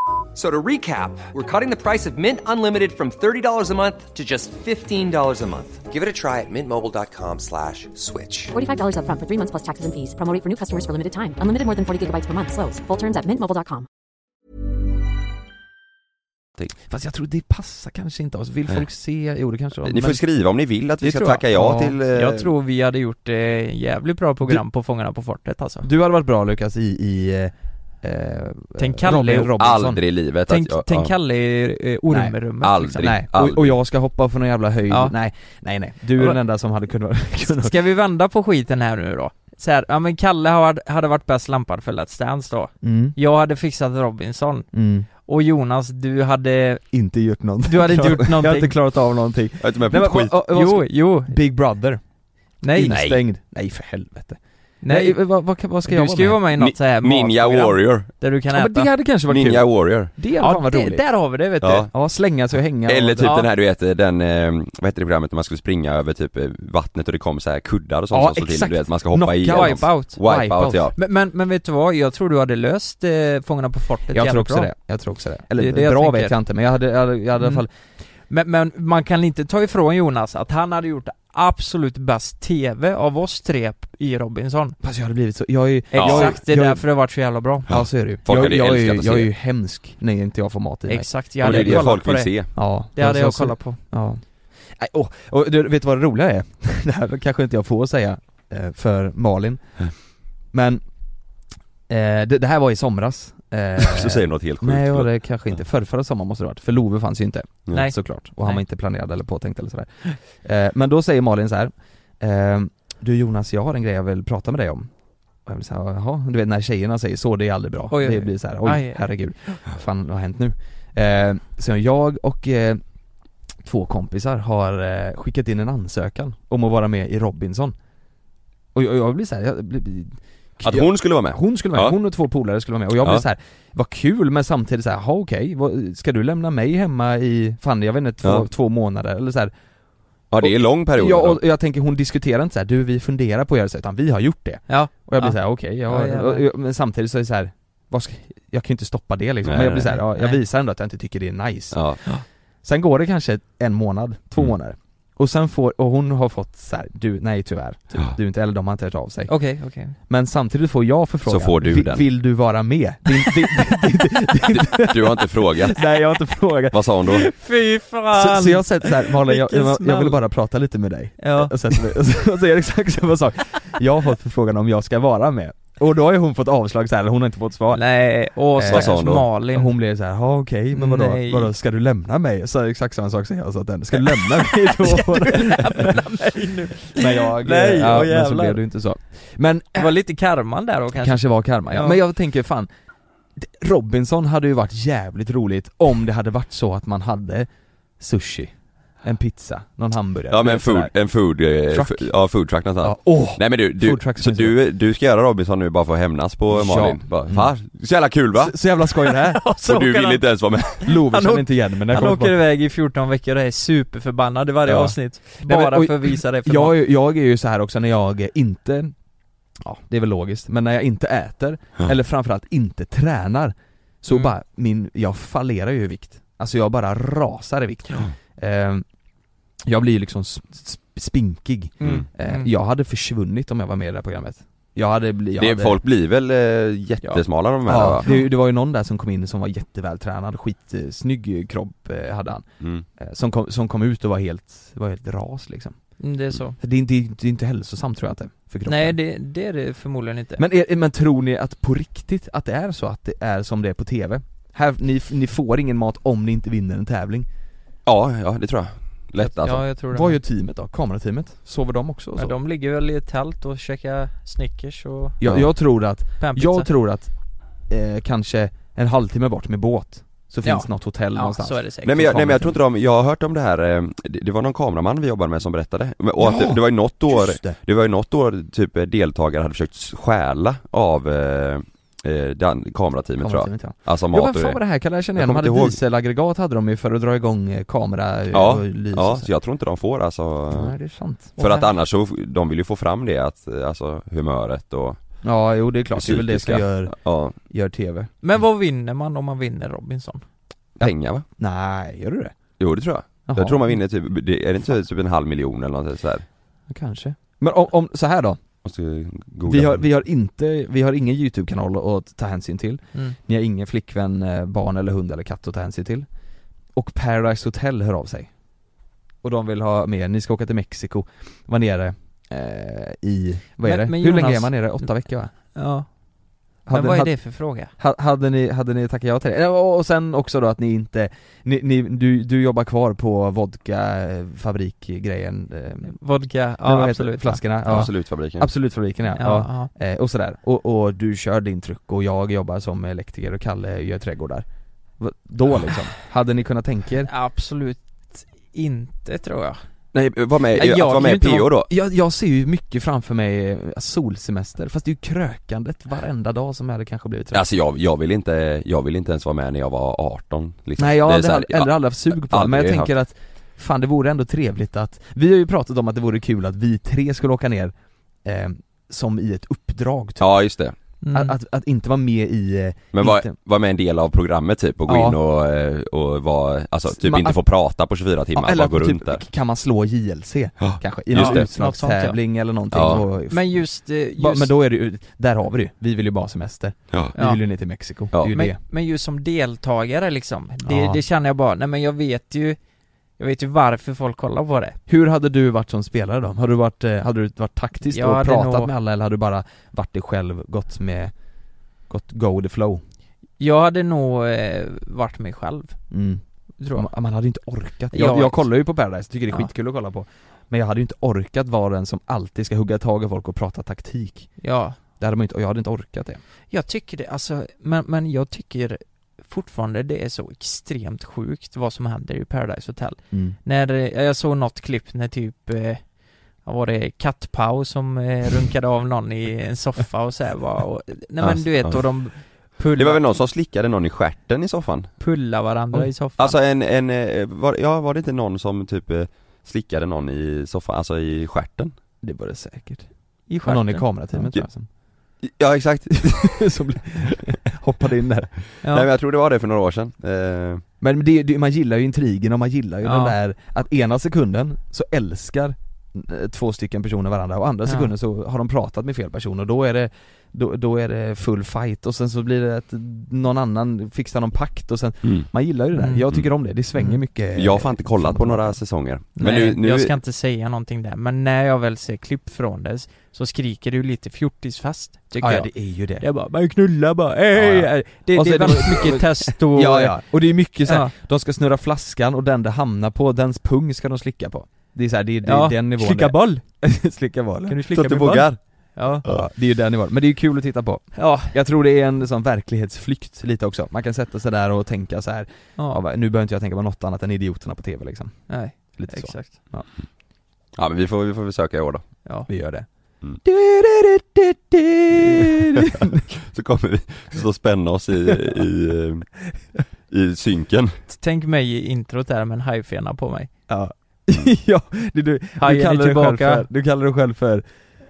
[SPEAKER 5] So to recap, we're cutting the price of Mint Unlimited from $30 a month to just $15 a month. Give it a try at mintmobile.com slash switch.
[SPEAKER 6] $45 upfront for three months plus taxes and fees. Promo rate for new customers for limited time. Unlimited more than 40 gigabytes per month. Slows. Full terms at mintmobile.com.
[SPEAKER 1] Fast jag tror det passar kanske inte oss, vill
[SPEAKER 2] Nej.
[SPEAKER 1] folk se, jo det kanske de-
[SPEAKER 2] Ni får
[SPEAKER 1] men-
[SPEAKER 2] skriva om ni vill att
[SPEAKER 1] Det
[SPEAKER 2] vi ska
[SPEAKER 1] tror jag.
[SPEAKER 2] tacka ja,
[SPEAKER 1] Ja,
[SPEAKER 2] till... eh,
[SPEAKER 3] Jag tror vi hade gjort eh, jävligt bra program på Fångarna på fortet alltså
[SPEAKER 1] Du hade varit bra Lukas i, i eh,
[SPEAKER 3] Tänk Kalle
[SPEAKER 1] Robin
[SPEAKER 3] och-
[SPEAKER 1] Robinson
[SPEAKER 2] aldrig i livet
[SPEAKER 3] Tänk,
[SPEAKER 2] att jag,
[SPEAKER 3] tänk
[SPEAKER 2] ja.
[SPEAKER 3] Kalle i eh, ormrummet
[SPEAKER 2] aldrig.
[SPEAKER 1] Nej,
[SPEAKER 2] aldrig.
[SPEAKER 1] och, och jag ska hoppa från någon jävla höjd,
[SPEAKER 3] Ja.
[SPEAKER 1] nej, nej nej Du är
[SPEAKER 3] Ja.
[SPEAKER 1] den enda som hade kunnat, kunnat
[SPEAKER 3] Ska vi vända på skiten här nu då? Så här, ja men Kalle hade, hade varit bäst lampad för Let's Dance då
[SPEAKER 1] mm,
[SPEAKER 3] Jag hade fixat Robinson
[SPEAKER 1] mm.
[SPEAKER 3] Och Jonas, du hade...
[SPEAKER 1] Inte gjort någonting
[SPEAKER 3] Du hade inte gjort
[SPEAKER 1] Jag har inte
[SPEAKER 3] någonting
[SPEAKER 1] klarat av någonting
[SPEAKER 2] Jag är inte med på
[SPEAKER 1] Nej, men,
[SPEAKER 2] ett skit.
[SPEAKER 1] vad- vad- vad ska-
[SPEAKER 3] Jo, jo,
[SPEAKER 1] Big Brother,
[SPEAKER 3] nej, nej,
[SPEAKER 1] instängd Nej för helvete
[SPEAKER 3] nej.
[SPEAKER 1] vad, vad, kan- vad ska jag
[SPEAKER 3] Du ska ju vara med i något så här
[SPEAKER 2] Ninja
[SPEAKER 3] matprogram
[SPEAKER 2] Warrior.
[SPEAKER 3] Där du kan
[SPEAKER 1] Ja, men det
[SPEAKER 3] äta
[SPEAKER 1] hade kanske varit
[SPEAKER 2] Ninja
[SPEAKER 1] kul
[SPEAKER 2] Warrior.
[SPEAKER 1] Det hade fan
[SPEAKER 3] Ja,
[SPEAKER 1] varit
[SPEAKER 3] det,
[SPEAKER 1] roligt
[SPEAKER 3] där har vi det vet
[SPEAKER 2] Ja.
[SPEAKER 3] du
[SPEAKER 1] Ja, slänga sig och hänga
[SPEAKER 2] Eller typ
[SPEAKER 1] och,
[SPEAKER 2] den här du vet, den, eh, vad heter det programmet när man skulle springa över typ eh, vattnet och det kom så här kuddar och sånt
[SPEAKER 1] Ja,
[SPEAKER 2] som slog till,
[SPEAKER 1] exakt.
[SPEAKER 2] du vet man ska hoppa i
[SPEAKER 1] Knockout.
[SPEAKER 2] Wipeout,
[SPEAKER 3] Wipeout
[SPEAKER 2] Wipeout ja.
[SPEAKER 3] men, men, men vet du vad? Jag tror du hade löst eh, Fångarna på fortet
[SPEAKER 1] Jag tror
[SPEAKER 3] jävligt
[SPEAKER 1] också
[SPEAKER 3] bra.
[SPEAKER 1] det, jag tror också det Eller
[SPEAKER 3] Det är det jag
[SPEAKER 1] bra
[SPEAKER 3] tänker.
[SPEAKER 1] vet jag inte men jag hade, jag hade, jag hade i alla
[SPEAKER 3] Mm.
[SPEAKER 1] fall
[SPEAKER 3] Men, men man kan inte ta ifrån Jonas att han hade gjort absolut bäst TV av oss tre i Robinson
[SPEAKER 1] Fast jag hade blivit så, jag är ju
[SPEAKER 2] Ja.
[SPEAKER 3] Exakt, det är
[SPEAKER 1] jag,
[SPEAKER 3] därför det har varit så jävla bra
[SPEAKER 1] Ja så är det ju.
[SPEAKER 2] Folk
[SPEAKER 1] jag,
[SPEAKER 2] hade
[SPEAKER 1] jag, är, ju-
[SPEAKER 2] älskat att
[SPEAKER 1] jag är
[SPEAKER 2] se.
[SPEAKER 1] ju hemsk när inte jag får mat i mig
[SPEAKER 3] Exakt, jag
[SPEAKER 2] Ja, det
[SPEAKER 3] hade
[SPEAKER 2] är det
[SPEAKER 3] kollat
[SPEAKER 2] folk
[SPEAKER 3] på
[SPEAKER 2] vill
[SPEAKER 3] det
[SPEAKER 2] se.
[SPEAKER 1] Ja,
[SPEAKER 3] Det hade
[SPEAKER 1] så-
[SPEAKER 3] jag
[SPEAKER 1] så-
[SPEAKER 3] kollat på
[SPEAKER 1] Ja. Nej, åh, och du, vet du vad det roliga är? Det här kanske inte jag får säga eh, för Malin
[SPEAKER 2] Mm.
[SPEAKER 1] Men eh, det, det här var i somras eh,
[SPEAKER 2] Så säger du något helt sjukt.
[SPEAKER 1] Nej ja,
[SPEAKER 2] förlåt.
[SPEAKER 1] det kanske inte, förra, förra sommaren måste det ha varit, för Love fanns ju inte
[SPEAKER 3] Nej.
[SPEAKER 1] såklart och han
[SPEAKER 3] Nej.
[SPEAKER 1] var inte planerad eller påtänkt eller sådär eh, Men då säger Malin så här. Eh, Du Jonas, jag har en grej jag vill prata med dig om och jag blir såhär, jaha, du vet när tjejerna säger så, det är aldrig bra.
[SPEAKER 3] Oj, oj,
[SPEAKER 1] det
[SPEAKER 3] oj.
[SPEAKER 1] blir så här, oj,
[SPEAKER 3] Aj, aj.
[SPEAKER 1] herregud, vad fan vad har hänt nu? Eh, så jag och eh, två kompisar har eh, skickat in en ansökan om att vara med i Robinson. Och jag, jag blir såhär, jag blir...
[SPEAKER 2] Att hon skulle vara med?
[SPEAKER 1] Hon skulle vara med,
[SPEAKER 2] Ja.
[SPEAKER 1] hon och två polare skulle vara med och jag blev
[SPEAKER 2] Ja.
[SPEAKER 1] så här. vad kul men samtidigt såhär, jaha okej, vad- ska du lämna mig hemma i, fan jag vet inte, två,
[SPEAKER 2] Ja.
[SPEAKER 1] två månader eller så här.
[SPEAKER 2] Ja det är en lång period.
[SPEAKER 1] Ja,
[SPEAKER 2] då.
[SPEAKER 1] och jag tänker hon diskuterar inte så här, du vi funderar på att göra så, utan vi har gjort det.
[SPEAKER 3] Ja,
[SPEAKER 1] Och jag blir
[SPEAKER 3] Ja.
[SPEAKER 1] så här, okej,
[SPEAKER 3] Ja,
[SPEAKER 1] jag,
[SPEAKER 3] jävlar.
[SPEAKER 1] och- och- men samtidigt så är det så här, vad ska, jag kan ju inte stoppa det liksom.
[SPEAKER 2] Nej,
[SPEAKER 1] men jag blir så
[SPEAKER 2] nej,
[SPEAKER 1] här, ja, jag
[SPEAKER 3] nej.
[SPEAKER 1] visar ändå att jag inte tycker det är nice.
[SPEAKER 2] ja.
[SPEAKER 1] Sen går det kanske en månad, två
[SPEAKER 2] Mm.
[SPEAKER 1] månader. Och sen får, och hon har fått så här, du, nej tyvärr, typ,
[SPEAKER 2] Ja.
[SPEAKER 1] du är inte, eller de har inte hört av sig.
[SPEAKER 3] okej, okej
[SPEAKER 1] Men samtidigt får jag förfrågan,
[SPEAKER 2] Så får du
[SPEAKER 1] "Vi-
[SPEAKER 2] den."
[SPEAKER 1] vill du vara med? Din, din, din, din, din,
[SPEAKER 2] Du har inte frågat.
[SPEAKER 1] nej jag har inte frågat.
[SPEAKER 2] Vad sa hon då?
[SPEAKER 3] Fy fan!
[SPEAKER 1] Så, så jag sätter såhär, Malin jag,
[SPEAKER 3] Vilken
[SPEAKER 1] jag, jag
[SPEAKER 3] smäll.
[SPEAKER 1] vill bara prata lite med dig.
[SPEAKER 3] Ja,
[SPEAKER 1] Och sätter mig, och så, och så är det exakt samma sak. Jag har fått förfrågan om jag ska vara med. Och då har ju hon fått avslag så här, hon har inte fått svar
[SPEAKER 3] Nej, åh
[SPEAKER 1] Eh,
[SPEAKER 2] vad sa
[SPEAKER 3] stackars
[SPEAKER 2] hon då?
[SPEAKER 3] Malin.
[SPEAKER 1] Hon blev såhär, ja okej, men vadå,
[SPEAKER 3] Nej.
[SPEAKER 1] vadå, ska du lämna mig? Så här, exakt samma sak som jag sa till henne, ska du lämna mig då? Men jag,
[SPEAKER 3] Nej,
[SPEAKER 1] ja,
[SPEAKER 3] åh,
[SPEAKER 1] men så
[SPEAKER 3] jävlar.
[SPEAKER 1] blev det ju inte så Men
[SPEAKER 3] Det var lite karman där då kanske.
[SPEAKER 1] kanske var karma, ja.
[SPEAKER 3] Ja.
[SPEAKER 1] Men jag tänker fan d- Robinson hade ju varit jävligt roligt om det hade varit så att man hade sushi, en pizza, någon hamburgare
[SPEAKER 2] Ja men
[SPEAKER 1] sådär.
[SPEAKER 2] food, en food, eh,
[SPEAKER 1] Truck.
[SPEAKER 2] f- ja food truck någonstans.
[SPEAKER 1] Ja, åh!
[SPEAKER 2] Nej men du, du
[SPEAKER 1] Food truck
[SPEAKER 2] så
[SPEAKER 1] finns
[SPEAKER 2] du, du ska göra Robinson nu bara för att hämnas på
[SPEAKER 1] Ja.
[SPEAKER 2] Malin? Bara,
[SPEAKER 1] Mm.
[SPEAKER 2] Fan, så jävla kul va?
[SPEAKER 1] Så, så jävla skoj det här!
[SPEAKER 3] så
[SPEAKER 2] och du
[SPEAKER 3] åker
[SPEAKER 2] vill
[SPEAKER 3] han-
[SPEAKER 2] inte ens vara med?
[SPEAKER 1] Lover
[SPEAKER 3] Han
[SPEAKER 1] känner
[SPEAKER 3] åk-
[SPEAKER 1] inte igen men när jag
[SPEAKER 3] Han
[SPEAKER 1] kommer
[SPEAKER 3] åker
[SPEAKER 1] tillbaka-
[SPEAKER 3] iväg i 14 veckor och är superförbannad i varje
[SPEAKER 1] Ja.
[SPEAKER 3] avsnitt.
[SPEAKER 1] Nej, men,
[SPEAKER 3] Bara
[SPEAKER 1] oj,
[SPEAKER 3] för att visa det för
[SPEAKER 1] jag, är- jag är ju så här också när jag inte, ja det är väl logiskt, men när jag inte äter,
[SPEAKER 2] Ja.
[SPEAKER 1] eller framförallt inte tränar, så
[SPEAKER 3] Mm.
[SPEAKER 1] bara min, jag fallerar ju i vikt. Alltså jag bara rasar i vikt. Ehm, jag blir ju liksom sp- sp- spinkig.
[SPEAKER 3] Mm.
[SPEAKER 1] Eh,
[SPEAKER 3] Mm.
[SPEAKER 1] Jag hade försvunnit om jag var med i det här programmet. Jag hade bli- jag
[SPEAKER 2] Det,
[SPEAKER 1] hade,
[SPEAKER 2] folk blir väl eh, jättesmala de här
[SPEAKER 1] Ja,
[SPEAKER 2] va?
[SPEAKER 1] det, det var ju någon där som kom in som var jättevältränad, skitsnygg kropp eh, hade han.
[SPEAKER 2] Mm.
[SPEAKER 1] Eh, Som kom, som kom ut och var helt, var helt ras liksom.
[SPEAKER 3] Mm, Det är så.
[SPEAKER 1] För det är inte, det är inte hälsosamt tror jag inte, för kroppen.
[SPEAKER 3] Nej det, det är det förmodligen inte.
[SPEAKER 1] Men, är, men tror ni att på riktigt att det är så att det är som det är på TV? Här, ni, ni får ingen mat om ni inte vinner en tävling.
[SPEAKER 2] Ja, ja det tror jag. Lätt alltså.
[SPEAKER 3] Ja jag tror det.
[SPEAKER 1] Vad gör teamet då? Kamerateamet? Sover de också? Och
[SPEAKER 3] Men
[SPEAKER 1] så?
[SPEAKER 3] de ligger väl i ett tält och käkar Snickers och
[SPEAKER 1] jag,
[SPEAKER 2] Ja.
[SPEAKER 1] jag tror att,
[SPEAKER 3] panpizza.
[SPEAKER 1] jag tror att eh, kanske en halvtimme bort med båt så
[SPEAKER 3] Ja.
[SPEAKER 1] finns något hotell
[SPEAKER 3] ja,
[SPEAKER 1] någonstans.
[SPEAKER 3] så är det säkert.
[SPEAKER 2] Nej men, jag, nej men jag tror inte de, jag har hört om det här, eh, det, det var någon kameraman vi jobbade med som berättade, Men- och att
[SPEAKER 1] Ja,
[SPEAKER 2] det, det var ju något år,
[SPEAKER 1] Just det.
[SPEAKER 2] det var ju något år typ eh, deltagare hade försökt stjäla av eh, eh, den, kamerateamet tror jag,
[SPEAKER 1] Kamerateamet, ja.
[SPEAKER 2] alltså
[SPEAKER 1] Ja
[SPEAKER 2] mat
[SPEAKER 1] vad
[SPEAKER 2] och
[SPEAKER 1] fan var
[SPEAKER 2] det
[SPEAKER 1] det här Kalle, jag känner igen,
[SPEAKER 2] Jag
[SPEAKER 1] de
[SPEAKER 2] kommer
[SPEAKER 1] hade
[SPEAKER 2] inte ihåg.
[SPEAKER 1] dieselaggregat hade de ju för att dra igång eh, kamera
[SPEAKER 2] Ja,
[SPEAKER 1] och lys
[SPEAKER 2] Ja,
[SPEAKER 1] och
[SPEAKER 2] så
[SPEAKER 1] så.
[SPEAKER 2] jag tror inte de får alltså
[SPEAKER 1] Nej det är sant.
[SPEAKER 2] För att
[SPEAKER 3] här-
[SPEAKER 2] annars så, de vill ju få fram det att, eh, alltså humöret och
[SPEAKER 1] Ja jo det är klart, det är väl det som
[SPEAKER 2] psykiska.
[SPEAKER 1] gör,
[SPEAKER 2] Ja,
[SPEAKER 1] gör TV.
[SPEAKER 3] Men vad vinner man om man vinner Robinson?
[SPEAKER 2] pengar va?
[SPEAKER 1] Nej, gör du det?
[SPEAKER 2] Jo det tror jag.
[SPEAKER 1] Jaha.
[SPEAKER 2] Jag tror man vinner typ, det, är det inte typ en halv miljon eller något sådär?
[SPEAKER 1] Kanske. Men om, om så här då,
[SPEAKER 2] Måste googla.
[SPEAKER 1] vi har, vi har inte, vi har ingen YouTube-kanal att ta hänsyn till,
[SPEAKER 3] Mm.
[SPEAKER 1] ni har ingen flickvän, eh, barn eller hund eller katt att ta hänsyn till Och Paradise Hotel hör av sig Och de vill ha med, ni ska åka till Mexiko, var nere eh, i, vad är
[SPEAKER 3] Men-
[SPEAKER 1] det?
[SPEAKER 3] men
[SPEAKER 1] Hur länge
[SPEAKER 3] Jonas-
[SPEAKER 1] är man nere? Åtta veckor va?
[SPEAKER 3] Ja.
[SPEAKER 1] Hade-
[SPEAKER 3] men vad är
[SPEAKER 1] hade-
[SPEAKER 3] det för fråga?
[SPEAKER 1] Ha- Hade ni, hade ni tackat ja till det? Eh, Och och sen också då att ni inte, ni, ni, du, du jobbar kvar på vodkafabrikgrejen eh,
[SPEAKER 3] Vodka?
[SPEAKER 1] vad
[SPEAKER 3] Ja
[SPEAKER 1] heter det?
[SPEAKER 3] absolut.
[SPEAKER 1] Flaskorna? Ja.
[SPEAKER 2] Absolut fabriken.
[SPEAKER 1] Absolutfabriken ja.
[SPEAKER 3] Ja,
[SPEAKER 1] ja.
[SPEAKER 3] ja.
[SPEAKER 1] Eh, och sådär. Och, och du kör din truck och jag jobbar som elektriker och Kalle gör trädgårdar. V- Då liksom. Hade ni kunnat tänka er?
[SPEAKER 3] Absolut inte tror jag.
[SPEAKER 2] Nej, var med,
[SPEAKER 3] Nej,
[SPEAKER 2] att
[SPEAKER 3] jag
[SPEAKER 2] vara
[SPEAKER 3] kan ju
[SPEAKER 2] med i
[SPEAKER 3] inte
[SPEAKER 2] PO
[SPEAKER 3] vara-
[SPEAKER 2] då?
[SPEAKER 1] Jag, jag ser ju mycket framför mig eh, solsemester, fast det är ju krökandet varenda dag som jag hade kanske blivit trött.
[SPEAKER 2] Alltså jag, jag vill inte, jag vill inte ens vara med när jag var 18 liksom.
[SPEAKER 1] Nej jag
[SPEAKER 2] Det är
[SPEAKER 1] hade
[SPEAKER 2] så här,
[SPEAKER 1] aldrig, aldrig, aldrig haft sug på det, men jag
[SPEAKER 2] aldrig
[SPEAKER 1] tänker att fan det vore ändå trevligt att, vi har ju pratat om att det vore kul att vi tre skulle åka ner eh, som i ett uppdrag typ.
[SPEAKER 2] Ja just det.
[SPEAKER 1] att,
[SPEAKER 3] Mm.
[SPEAKER 1] att, att inte vara med i eh,
[SPEAKER 2] Men var,
[SPEAKER 1] Inte.
[SPEAKER 2] var med en del av programmet typ och gå
[SPEAKER 1] Ja.
[SPEAKER 2] in och, eh, och vara, alltså typ
[SPEAKER 1] Man-
[SPEAKER 2] inte få prata på 24 timmar, bara gå
[SPEAKER 1] typ,
[SPEAKER 2] runt där.
[SPEAKER 1] kan man slå JLC
[SPEAKER 2] Ja,
[SPEAKER 1] kanske? I
[SPEAKER 2] just
[SPEAKER 1] någon
[SPEAKER 2] det.
[SPEAKER 1] utslagstävling eller någonting
[SPEAKER 2] Ja.
[SPEAKER 1] och,
[SPEAKER 3] men just... eh, just
[SPEAKER 1] Ba- Men då är det ju, där har vi det ju. Vi vill ju bara ha semester.
[SPEAKER 2] Ja.
[SPEAKER 1] Vi
[SPEAKER 3] Ja.
[SPEAKER 1] vill ju ner till Mexiko.
[SPEAKER 2] Ja.
[SPEAKER 1] Det är ju
[SPEAKER 3] men,
[SPEAKER 1] det.
[SPEAKER 3] men just som deltagare liksom, det,
[SPEAKER 1] Ja.
[SPEAKER 3] det känner jag bara, nej men jag vet ju Jag vet ju varför folk kollar på det
[SPEAKER 1] Hur hade du varit som spelare då? Hade du varit, eh, hade du varit taktisk
[SPEAKER 3] Jag
[SPEAKER 1] och
[SPEAKER 3] hade
[SPEAKER 1] pratat
[SPEAKER 3] nog-
[SPEAKER 1] med alla eller hade du bara varit dig själv, gått med, gått go with the flow?
[SPEAKER 3] Jag hade nog eh, varit mig själv,
[SPEAKER 1] Mm.
[SPEAKER 3] tror jag
[SPEAKER 1] Man, man hade ju inte orkat.
[SPEAKER 3] Jag
[SPEAKER 1] Jag, jag
[SPEAKER 3] vet.
[SPEAKER 1] kollar ju på Paradise, tycker det är
[SPEAKER 3] Ja.
[SPEAKER 1] skitkul att kolla på. Men jag hade ju inte orkat vara den som alltid ska hugga tag i folk och prata taktik.
[SPEAKER 3] Ja,
[SPEAKER 1] Det hade man ju inte, och jag hade inte orkat det.
[SPEAKER 3] jag tycker det, alltså, men, men jag tycker fortfarande det är så extremt sjukt vad som händer i Paradise Hotel
[SPEAKER 2] Mm.
[SPEAKER 3] När, eh, jag såg något klipp när typ eh, vad var det Kattpau som eh, runkade av någon i en soffa och så här var och, Nej men
[SPEAKER 2] Alltså,
[SPEAKER 3] du vet,
[SPEAKER 2] ja.
[SPEAKER 3] och de
[SPEAKER 2] Det var väl
[SPEAKER 3] pullar,
[SPEAKER 2] någon som slickade någon i stjärten i soffan?
[SPEAKER 3] pullar varandra
[SPEAKER 1] Oj.
[SPEAKER 3] i soffan
[SPEAKER 2] Alltså en, en, eh, var, ja var det inte någon som typ eh, slickade någon i soffan, alltså i stjärten?
[SPEAKER 1] Det var det säkert.
[SPEAKER 3] i
[SPEAKER 1] Men Någon i
[SPEAKER 3] stjärten.
[SPEAKER 1] kamerateamet
[SPEAKER 2] Ja.
[SPEAKER 1] tror jag som,
[SPEAKER 2] Ja exakt,
[SPEAKER 1] som blev- hoppade in där.
[SPEAKER 3] ja.
[SPEAKER 2] nej men jag tror det var det för några år sedan eh,
[SPEAKER 1] Men det, det, man gillar ju intrigen och man gillar ju
[SPEAKER 3] Ja.
[SPEAKER 1] den där att ena sekunden så älskar eh, två stycken personer varandra och andra
[SPEAKER 3] Ja.
[SPEAKER 1] sekunden så har de pratat med fel person och då är det då, då är det full fight och sen så blir det att någon annan fixar någon pakt och sen
[SPEAKER 2] Mm.
[SPEAKER 1] Man gillar ju det där,
[SPEAKER 3] Mm.
[SPEAKER 1] jag tycker om det, det svänger
[SPEAKER 2] Mm.
[SPEAKER 1] mycket
[SPEAKER 2] Jag har fan inte kollat på några säsonger. Men
[SPEAKER 3] Nej,
[SPEAKER 2] nu, nu,
[SPEAKER 3] jag ska inte säga någonting där, men när jag väl ser klipp från det så skriker du lite fjortisfast, tycker
[SPEAKER 1] Ah, ja, ja,
[SPEAKER 3] jag.
[SPEAKER 1] det är ju det
[SPEAKER 3] Det är bara 'Man knullar bara, hej!
[SPEAKER 1] Ja,
[SPEAKER 3] Det,
[SPEAKER 1] Och så
[SPEAKER 3] det är
[SPEAKER 1] är det-
[SPEAKER 3] väldigt mycket test och...
[SPEAKER 1] Ja, ja, och det är mycket så här,
[SPEAKER 3] Ja.
[SPEAKER 1] de ska snurra flaskan och den det hamnar på, dens pung ska de slicka på Det är så här, det, är- det är
[SPEAKER 3] Ja,
[SPEAKER 1] den nivån
[SPEAKER 3] Slicka
[SPEAKER 1] det
[SPEAKER 3] boll!
[SPEAKER 1] är. slicka
[SPEAKER 3] Kan
[SPEAKER 1] bollen
[SPEAKER 3] du
[SPEAKER 2] så
[SPEAKER 3] slicka
[SPEAKER 2] att du
[SPEAKER 3] min boll?
[SPEAKER 2] vågar.
[SPEAKER 3] Ja.
[SPEAKER 1] Ja, det är ju den nivån, men det är ju kul att titta på
[SPEAKER 3] Ja.
[SPEAKER 1] Jag tror det är en sån verklighetsflykt lite också, man kan sätta sig där och tänka så här, ja,
[SPEAKER 3] ja.
[SPEAKER 1] va- nu behöver inte jag tänka på något annat än idioterna på tv liksom
[SPEAKER 3] Nej,
[SPEAKER 1] Lite så,
[SPEAKER 3] exakt.
[SPEAKER 2] Ja men vi får, vi får försöka i år då.
[SPEAKER 3] Ja.
[SPEAKER 1] vi gör det
[SPEAKER 2] Mm.
[SPEAKER 1] Du-du-du-du-du.
[SPEAKER 2] Så kommer vi stå och spänna oss i, i, eh, i synken.
[SPEAKER 3] Tänk mig i introt där med en hajfena på mig.
[SPEAKER 1] Ja, ja det, du, du,
[SPEAKER 3] Hajen är
[SPEAKER 1] kallar dig själv för,
[SPEAKER 3] tillbaka.
[SPEAKER 1] du kallar dig själv för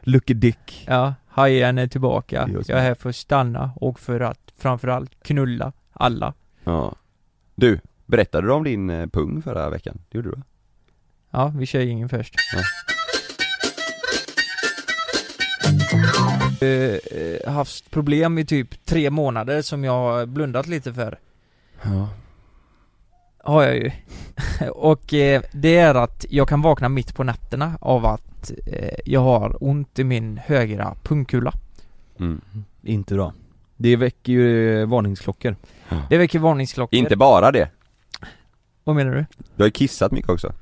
[SPEAKER 1] Lucky Dick
[SPEAKER 3] Ja, hajen är tillbaka.
[SPEAKER 1] Just
[SPEAKER 3] Jag är
[SPEAKER 1] det.
[SPEAKER 3] här för att stanna och för att framförallt knulla alla.
[SPEAKER 2] Ja. Du, berättade du om din eh, pung förra veckan? Det gjorde du va?
[SPEAKER 3] Ja, vi kör ingen först.
[SPEAKER 2] Ja.
[SPEAKER 3] Eh, eh, haft problem i typ tre månader som jag har blundat lite för.
[SPEAKER 2] Ja.
[SPEAKER 3] Har jag ju. och eh, det är att jag kan vakna mitt på nätterna av att eh, jag har ont i min högra pungkula.
[SPEAKER 2] Mm.
[SPEAKER 1] Inte bra Det väcker ju eh, varningsklockor
[SPEAKER 3] Det väcker varningsklockor.
[SPEAKER 2] Inte bara det.
[SPEAKER 3] Vad menar du?
[SPEAKER 2] Jag har ju kissat mycket också.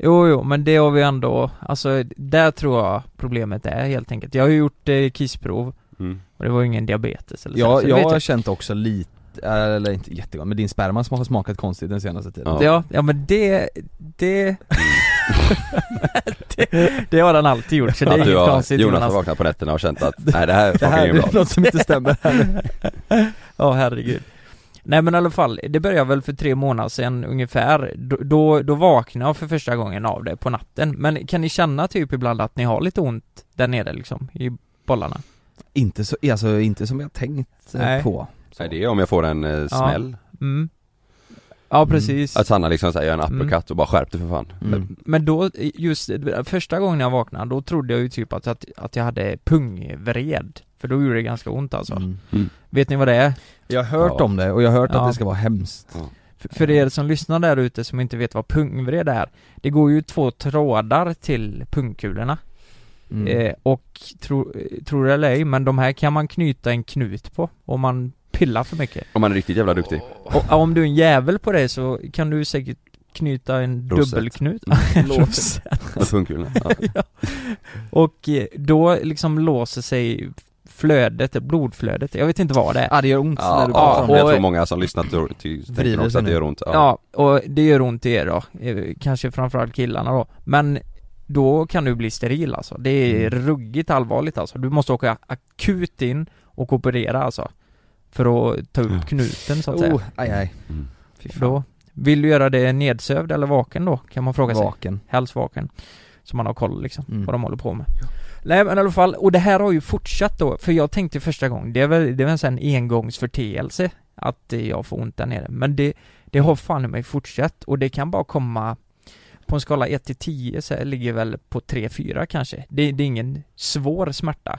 [SPEAKER 3] Jo, jo, men det har vi ändå, alltså där tror jag problemet är helt enkelt. Jag har ju gjort eh, kissprov
[SPEAKER 2] Mm.
[SPEAKER 3] och det var ju ingen diabetes eller
[SPEAKER 1] Ja,
[SPEAKER 3] så. så det
[SPEAKER 1] jag
[SPEAKER 3] vet
[SPEAKER 1] har känt också lite, eller inte jättegott, men din sperma som har smakat konstigt den senaste tiden
[SPEAKER 2] Ja.
[SPEAKER 3] Ja, ja men det, det...
[SPEAKER 2] Mm.
[SPEAKER 3] det Det har den alltid gjort så det är
[SPEAKER 2] Att du
[SPEAKER 3] inget
[SPEAKER 2] har,
[SPEAKER 3] konstigt
[SPEAKER 2] Jonas har
[SPEAKER 3] Jonas
[SPEAKER 2] vaknat på nätterna och känt att nej det här
[SPEAKER 1] Det
[SPEAKER 2] funkar
[SPEAKER 1] här
[SPEAKER 2] inget bra.
[SPEAKER 1] är något som inte stämmer
[SPEAKER 3] Ja herregud Nej men i alla fall, det började väl för tre månader sedan ungefär då, då, då vaknade jag för första gången av det på natten Men kan ni känna typ ibland att ni har lite ont där nere liksom i bollarna?
[SPEAKER 1] Inte så, alltså inte som jag tänkt eh,
[SPEAKER 3] Nej.
[SPEAKER 1] på så.
[SPEAKER 2] Nej, det är om jag får en eh, smäll.
[SPEAKER 3] Mm Ja precis
[SPEAKER 2] Att Sanna liksom säger gör en uppercut och bara skärp dig för fan.
[SPEAKER 1] Mm.
[SPEAKER 3] Men då, just första gången jag vaknade, då trodde jag ju typ att, att, att jag hade pungvred För då gjorde det ganska ont alltså
[SPEAKER 1] Mm.
[SPEAKER 3] Vet ni vad det är?
[SPEAKER 1] Jag har hört
[SPEAKER 2] Ja.
[SPEAKER 1] om det och jag har hört
[SPEAKER 3] Ja.
[SPEAKER 1] att det ska vara hemskt
[SPEAKER 3] För, för er som lyssnar där ute som inte vet vad pungvred är Det går ju två trådar till pungkulorna
[SPEAKER 1] mm.
[SPEAKER 3] eh, Och tro, eh, tror det eller ej, men de här kan man knyta en knut på om man pillar för mycket
[SPEAKER 2] Om man är riktigt jävla duktig.
[SPEAKER 3] Och ja, om du är en jävel på det så kan du säkert knyta en
[SPEAKER 2] Rosett.
[SPEAKER 3] dubbelknut En rosett.
[SPEAKER 2] Med pungkulorna. Ja.
[SPEAKER 3] Och eh, då liksom låser sig flödet, blodflödet, jag vet inte vad det är
[SPEAKER 1] Ja det gör ont när
[SPEAKER 2] Ja,
[SPEAKER 1] du pratar
[SPEAKER 2] ja,
[SPEAKER 1] om
[SPEAKER 2] men
[SPEAKER 1] det
[SPEAKER 2] jag
[SPEAKER 3] och-
[SPEAKER 2] tror många som lyssnar tror, ty,
[SPEAKER 1] Vrider
[SPEAKER 2] tänker också
[SPEAKER 1] sig
[SPEAKER 2] att det
[SPEAKER 1] nu.
[SPEAKER 2] gör ont. Ja.
[SPEAKER 3] Ja, och det gör ont i er då, eh, kanske framförallt killarna då Men då kan du bli steril alltså, det är
[SPEAKER 1] Mm.
[SPEAKER 3] ruggigt allvarligt alltså Du måste åka akut in och operera alltså För att ta
[SPEAKER 2] Ja.
[SPEAKER 3] upp knuten så att säga
[SPEAKER 1] Oh, aj, aj.
[SPEAKER 2] Mm.
[SPEAKER 1] Fy fan.
[SPEAKER 3] Då, vill du göra det nedsövd eller vaken då, kan man fråga sig
[SPEAKER 1] Vaken
[SPEAKER 3] helst vaken Så man har koll liksom,
[SPEAKER 1] Mm.
[SPEAKER 3] vad de håller på med Nej men i alla fall, och det här har ju fortsatt då, för jag tänkte första gången, det är väl, det är väl en sån här engångsförteelse Att eh, jag får ont där nere, men det, det har fan i mig fortsatt och det kan bara komma På en skala 1 till 10 så här, ligger väl på 3-4 kanske det, det är ingen svår smärta,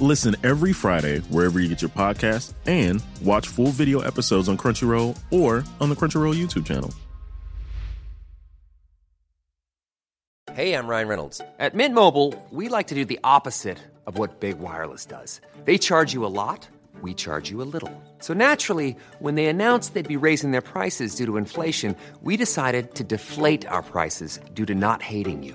[SPEAKER 7] Listen every Friday wherever you get your podcasts and watch full video episodes on Crunchyroll or on the Crunchyroll YouTube channel.
[SPEAKER 5] Hey, I'm Ryan Reynolds. At Mint Mobile, we like to do the opposite of what Big Wireless does. They charge you a lot, we charge you a little. So naturally, when they announced they'd be raising their prices due to inflation, we decided to deflate our prices due to not hating you.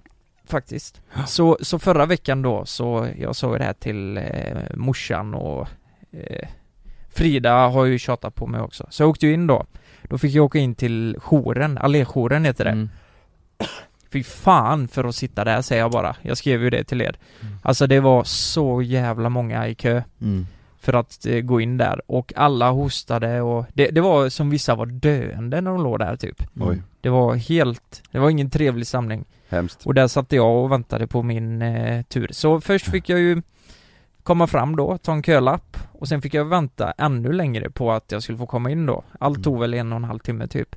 [SPEAKER 3] Faktiskt. Så, så förra veckan då så, jag sa ju det här till eh, morsan och eh, Frida har ju tjatat på mig också. Så jag åkte ju in då. Då fick jag åka in till jouren, alléjouren heter det.
[SPEAKER 1] Mm.
[SPEAKER 3] Fy fan för att sitta där säger jag bara. Jag skrev ju det till er. Alltså det var så jävla många i kö
[SPEAKER 1] Mm.
[SPEAKER 3] för att eh, gå in där och alla hostade och det, det var som vissa var döende när de låg där typ.
[SPEAKER 1] Mm.
[SPEAKER 2] Oj,
[SPEAKER 3] Det var helt, det var ingen trevlig samling.
[SPEAKER 2] hemskt.
[SPEAKER 3] Och där satt jag och väntade på min eh, tur. Så först fick jag ju komma fram då, ta en kölapp och sen fick jag vänta ännu längre på att jag skulle få komma in då. Allt tog väl en och en halv timme typ.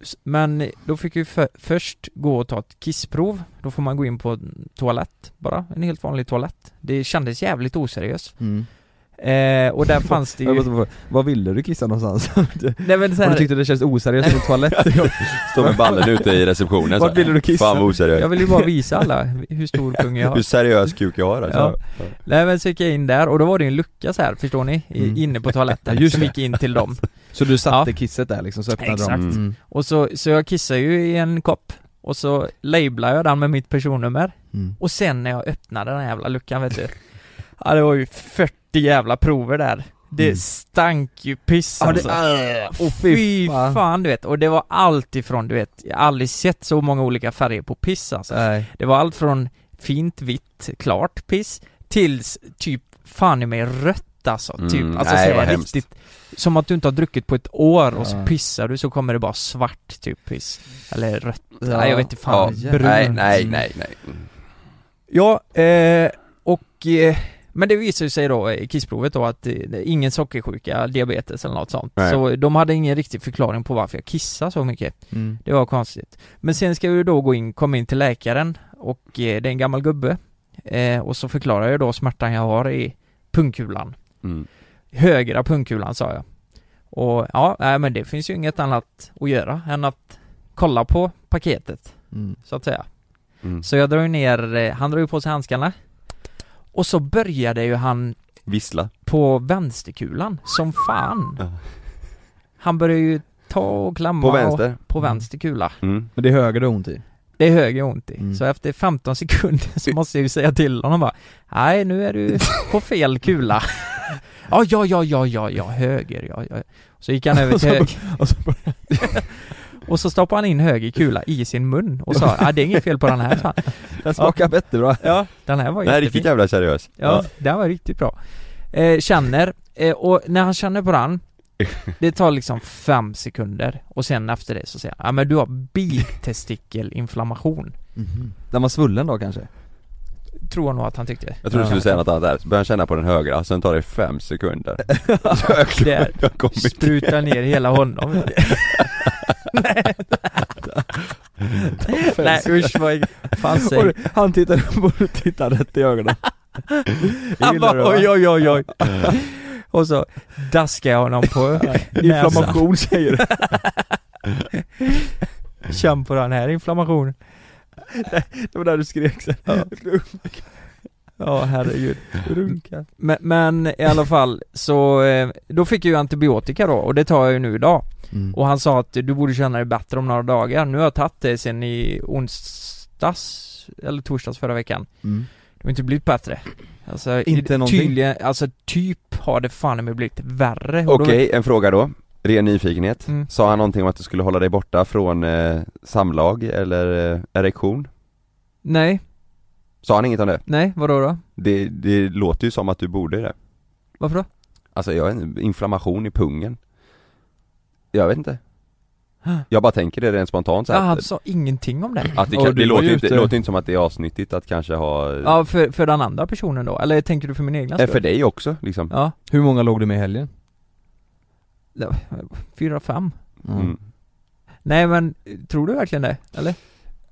[SPEAKER 3] S- Men då fick jag ju för, först gå och ta ett kissprov. Då får man gå in på en toalett bara, en helt vanlig toalett. Det kändes jävligt oseriöst.
[SPEAKER 1] Mm.
[SPEAKER 3] Eh, och där fanns det
[SPEAKER 1] Jag
[SPEAKER 3] ju...
[SPEAKER 1] måste fråga, Vad ville du kissa någonstans?
[SPEAKER 3] Nej, men så
[SPEAKER 1] Om du
[SPEAKER 3] här,
[SPEAKER 1] tyckte det kändes oseriöst med toalett? liksom?
[SPEAKER 2] Står med ballen ute i receptionen så
[SPEAKER 1] Vart ville du kissa?
[SPEAKER 2] Fan vad
[SPEAKER 3] jag
[SPEAKER 2] oseriös.
[SPEAKER 3] vill ju bara visa alla hur stor kung jag har.
[SPEAKER 2] Hur seriös kuk jag har alltså.
[SPEAKER 3] Nej men så gick jag in där och då var det ju en lucka så här, förstår ni? I,
[SPEAKER 1] Mm.
[SPEAKER 3] Inne på toaletten,
[SPEAKER 1] Ja, just
[SPEAKER 3] som
[SPEAKER 1] det.
[SPEAKER 3] gick in till dem
[SPEAKER 1] Så du satte
[SPEAKER 3] Ja.
[SPEAKER 1] kisset där liksom, så öppnade
[SPEAKER 3] Exakt.
[SPEAKER 1] de? Mm.
[SPEAKER 3] Och så, så jag kissade ju i en kopp Och så lablade jag den med mitt personnummer
[SPEAKER 1] Mm.
[SPEAKER 3] Och sen när jag öppnade den här jävla luckan vet du Ja det var ju 40 jävla prover där Det
[SPEAKER 1] Mm.
[SPEAKER 3] stank ju piss
[SPEAKER 1] Ja, det-
[SPEAKER 3] alltså
[SPEAKER 1] Åh, fy
[SPEAKER 3] Fy
[SPEAKER 1] fan.
[SPEAKER 3] fan du vet, och det var allt ifrån du vet Jag har aldrig sett så många olika färger på piss alltså
[SPEAKER 1] Nej.
[SPEAKER 3] Det var allt från fint vitt, klart piss tills typ fan i mig rött alltså,
[SPEAKER 2] Mm,
[SPEAKER 3] typ, alltså
[SPEAKER 2] nej,
[SPEAKER 3] så här
[SPEAKER 2] vad hemskt.
[SPEAKER 3] Som att du inte har druckit på ett år och så
[SPEAKER 1] Ja.
[SPEAKER 3] pissar du så kommer det bara svart typ piss Eller rött, nej jag vet inte fan,
[SPEAKER 1] Ja.
[SPEAKER 3] brun
[SPEAKER 2] Nej, nej, nej, nej.
[SPEAKER 3] Ja, eh, och eh, men det visade sig då i kissprovet då att eh, det är ingen sockersjuka, diabetes eller något sånt
[SPEAKER 2] Nej.
[SPEAKER 3] Så de hade ingen riktig förklaring på varför jag kissade så mycket
[SPEAKER 1] Mm.
[SPEAKER 3] det var konstigt. Men sen ska vi då gå in, komma in till läkaren och eh, det är en gammal gubbe. Eh, och så förklarar jag då smärtan jag har i pungkulan.
[SPEAKER 2] Mm.
[SPEAKER 3] Högra pungkulan sa jag. Och ja, nej men det finns ju inget annat att göra än att kolla på paketet,
[SPEAKER 1] Mm.
[SPEAKER 3] så att säga.
[SPEAKER 2] Mm.
[SPEAKER 3] Så jag drar ju ner, eh, han drar ju på sig handskarna. Och så började ju han
[SPEAKER 2] Vissla.
[SPEAKER 3] på vänsterkulan, som fan.
[SPEAKER 2] Ja.
[SPEAKER 3] Han började ju ta och klamma
[SPEAKER 2] På
[SPEAKER 3] Och,
[SPEAKER 2] vänster.
[SPEAKER 3] på vänster kula.
[SPEAKER 2] Mm.
[SPEAKER 1] Men det är höger typ. du har ont i?
[SPEAKER 3] Det är höger ont i.
[SPEAKER 1] Mm.
[SPEAKER 3] Så efter 15 sekunder så måste jag ju säga till honom bara Nej nu är du på fel kula Ja ja ja ja ja ja höger ja, ja. Så gick han över till höger
[SPEAKER 1] och så
[SPEAKER 3] Och så stoppade han in höger kula i sin mun och sa Ja det är inget fel på den här sa han.
[SPEAKER 1] Den smakar bättre bra.
[SPEAKER 3] Ja den här var
[SPEAKER 2] Det här är riktigt jävla seriös.
[SPEAKER 3] Ja, den var riktigt bra eh, Känner, eh, och när han känner på den Det tar liksom fem sekunder och sen efter det så säger han Ja men du har bitestikelinflammation
[SPEAKER 1] Den var svullen då kanske?
[SPEAKER 3] Tror jag nog att han tyckte
[SPEAKER 2] Jag tror du skulle säga något annat där, så börjar han känna på den högra, sen tar det fem sekunder Så jag,
[SPEAKER 3] Där.
[SPEAKER 2] jag kom
[SPEAKER 3] Spruta ner hela honom Nej Nej usch vad fan
[SPEAKER 1] Och
[SPEAKER 3] säger
[SPEAKER 1] det- han tittade på och tittade rätt i ögonen. Det
[SPEAKER 3] Han
[SPEAKER 1] gillar du, va?
[SPEAKER 3] bara oj oj oj oj Och så daskar jag honom på näsan
[SPEAKER 1] Inflammation säger du.
[SPEAKER 3] Känn på den här inflammationen
[SPEAKER 1] Det var där du skrek sen.
[SPEAKER 3] Ja herregud men, men i alla fall så eh, Då fick jag ju antibiotika då och det tar jag ju nu idag Och han sa att du borde känna dig bättre om några dagar Nu har jag tagit det sen i onsdags Eller torsdags förra veckan
[SPEAKER 1] Mm.
[SPEAKER 3] Det har inte blivit bättre Alltså,
[SPEAKER 1] Inte
[SPEAKER 3] i-
[SPEAKER 1] någonting?
[SPEAKER 3] Tydligen, alltså typ har det fan i mig blivit värre Och då-
[SPEAKER 2] Okej, en fråga då, ren nyfikenhet
[SPEAKER 3] Mm.
[SPEAKER 2] Sa han någonting om att du skulle hålla dig borta från eh, samlag eller eh, erektion?
[SPEAKER 3] Nej,
[SPEAKER 2] Sa han inget om det?
[SPEAKER 3] nej, vadå då?
[SPEAKER 2] det? Det låter ju som att du borde det
[SPEAKER 3] Varför då?
[SPEAKER 2] Alltså jag vet inte, inflammation i pungen Jag vet inte Jag bara tänker det rent spontant så
[SPEAKER 3] Ja,
[SPEAKER 2] här,
[SPEAKER 3] han
[SPEAKER 2] att,
[SPEAKER 3] sa ingenting om det
[SPEAKER 2] att det,
[SPEAKER 1] Och
[SPEAKER 2] kan,
[SPEAKER 1] du
[SPEAKER 2] det,
[SPEAKER 1] var
[SPEAKER 2] låter
[SPEAKER 1] ju
[SPEAKER 2] ju inte, det
[SPEAKER 1] ute.
[SPEAKER 2] låter inte som att det är avsnyttigt att kanske ha
[SPEAKER 3] Ja, för, för den andra personen då? Eller tänker du för min egna
[SPEAKER 2] eh, För
[SPEAKER 3] skull?
[SPEAKER 2] dig också liksom
[SPEAKER 3] Ja,
[SPEAKER 1] Hur många låg du med i helgen?
[SPEAKER 3] fyra, fem?
[SPEAKER 2] Mm.
[SPEAKER 3] Nej men, tror du verkligen det? Eller?
[SPEAKER 2] Nej,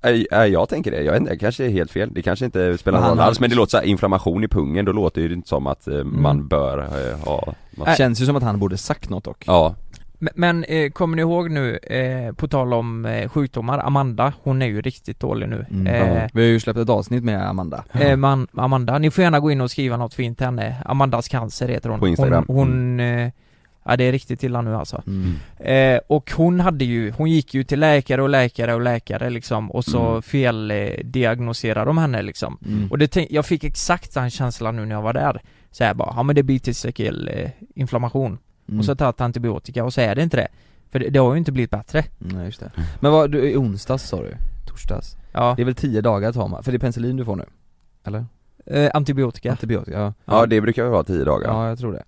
[SPEAKER 2] nej, Äh, Jag tänker det, jag vet inte, det kanske är helt fel, det kanske inte spelar
[SPEAKER 1] Men han
[SPEAKER 2] någon roll
[SPEAKER 1] har- Mm.
[SPEAKER 2] alls men det låter så här inflammation i pungen, då låter det ju inte som att eh, man bör eh, ha massa...
[SPEAKER 1] Känns ju som att han borde sagt något dock
[SPEAKER 2] Ja,
[SPEAKER 3] Men, men eh, kommer ni ihåg nu, eh, på tal om eh, sjukdomar, Amanda, hon är ju riktigt dålig nu.
[SPEAKER 1] Mm.
[SPEAKER 3] Eh,
[SPEAKER 1] Vi har ju släppt ett avsnitt med Amanda
[SPEAKER 3] eh, man, Amanda, ni får gärna gå in och skriva något fint till henne. Amandas cancer heter hon.
[SPEAKER 2] På Instagram. Mm.
[SPEAKER 3] Hon, hon eh, ja det är riktigt illa nu alltså.
[SPEAKER 1] mm.
[SPEAKER 3] Eh, och hon hade ju, hon gick ju till läkare och läkare och läkare liksom och så
[SPEAKER 2] Mm.
[SPEAKER 3] feldiagnoserade eh, diagnoserade de henne liksom.
[SPEAKER 1] Mm.
[SPEAKER 3] Och det tänk, jag fick exakt den känslan nu när jag var där. Så här bara, ja men det blir testikel, eh, inflammation.
[SPEAKER 1] Mm.
[SPEAKER 3] Och så tar jag antibiotika och så är det inte det. För det, det har ju inte blivit bättre.
[SPEAKER 1] Nej Mm, just det Men vad, du, i onsdags sa du? Torsdags?
[SPEAKER 3] Ja.
[SPEAKER 1] Det är väl 10 dagar tar man, för det är penicillin du får nu? Eller?
[SPEAKER 3] Eh, antibiotika.
[SPEAKER 1] Antibiotika, ja.
[SPEAKER 2] ja det brukar väl vara tio dagar?
[SPEAKER 1] ja jag tror det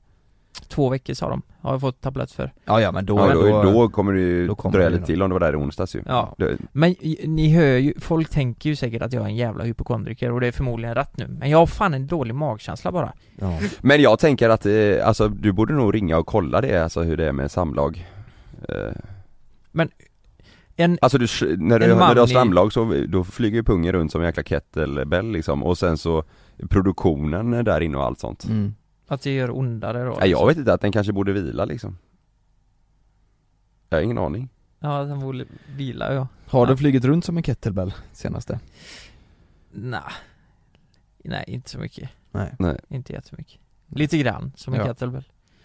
[SPEAKER 3] Två veckor sa de. Har jag fått tablett för.
[SPEAKER 1] Ja ja men då,
[SPEAKER 2] Ja, då, då, kommer det ju
[SPEAKER 1] då kommer
[SPEAKER 2] dröja
[SPEAKER 1] det
[SPEAKER 2] lite
[SPEAKER 1] nog.
[SPEAKER 2] till om det var där i onsdags ju.
[SPEAKER 3] Ja.
[SPEAKER 2] Det,
[SPEAKER 3] Men i- ni hör ju, folk tänker ju säkert att jag är en jävla hypokondriker och det är förmodligen rätt nu. Men jag har fan en dålig magkänsla bara.
[SPEAKER 1] ja.
[SPEAKER 2] men jag tänker att, eh, alltså du borde nog ringa och kolla det, alltså hur det är med samlag. Eh,
[SPEAKER 3] En,
[SPEAKER 2] Alltså du, sk- när du,
[SPEAKER 3] En
[SPEAKER 2] när
[SPEAKER 3] man
[SPEAKER 2] du har
[SPEAKER 3] i-
[SPEAKER 2] samlag så, då flyger ju pungen runt som en jäkla kettlebell liksom och sen så produktionen är där inne och allt sånt.
[SPEAKER 1] Mm.
[SPEAKER 3] att det gör ondare då. liksom.
[SPEAKER 2] Nej, jag vet inte, att den kanske borde vila liksom. Jag har ingen aning.
[SPEAKER 3] Ja, den borde vila ja.
[SPEAKER 1] Har
[SPEAKER 3] Ja.
[SPEAKER 1] du flugit runt som en kettlebell senaste?
[SPEAKER 3] Nej. Nej, inte så mycket.
[SPEAKER 1] Nej
[SPEAKER 3] Inte jättemycket. Lite grann, som en
[SPEAKER 1] Ja.
[SPEAKER 3] kettlebell.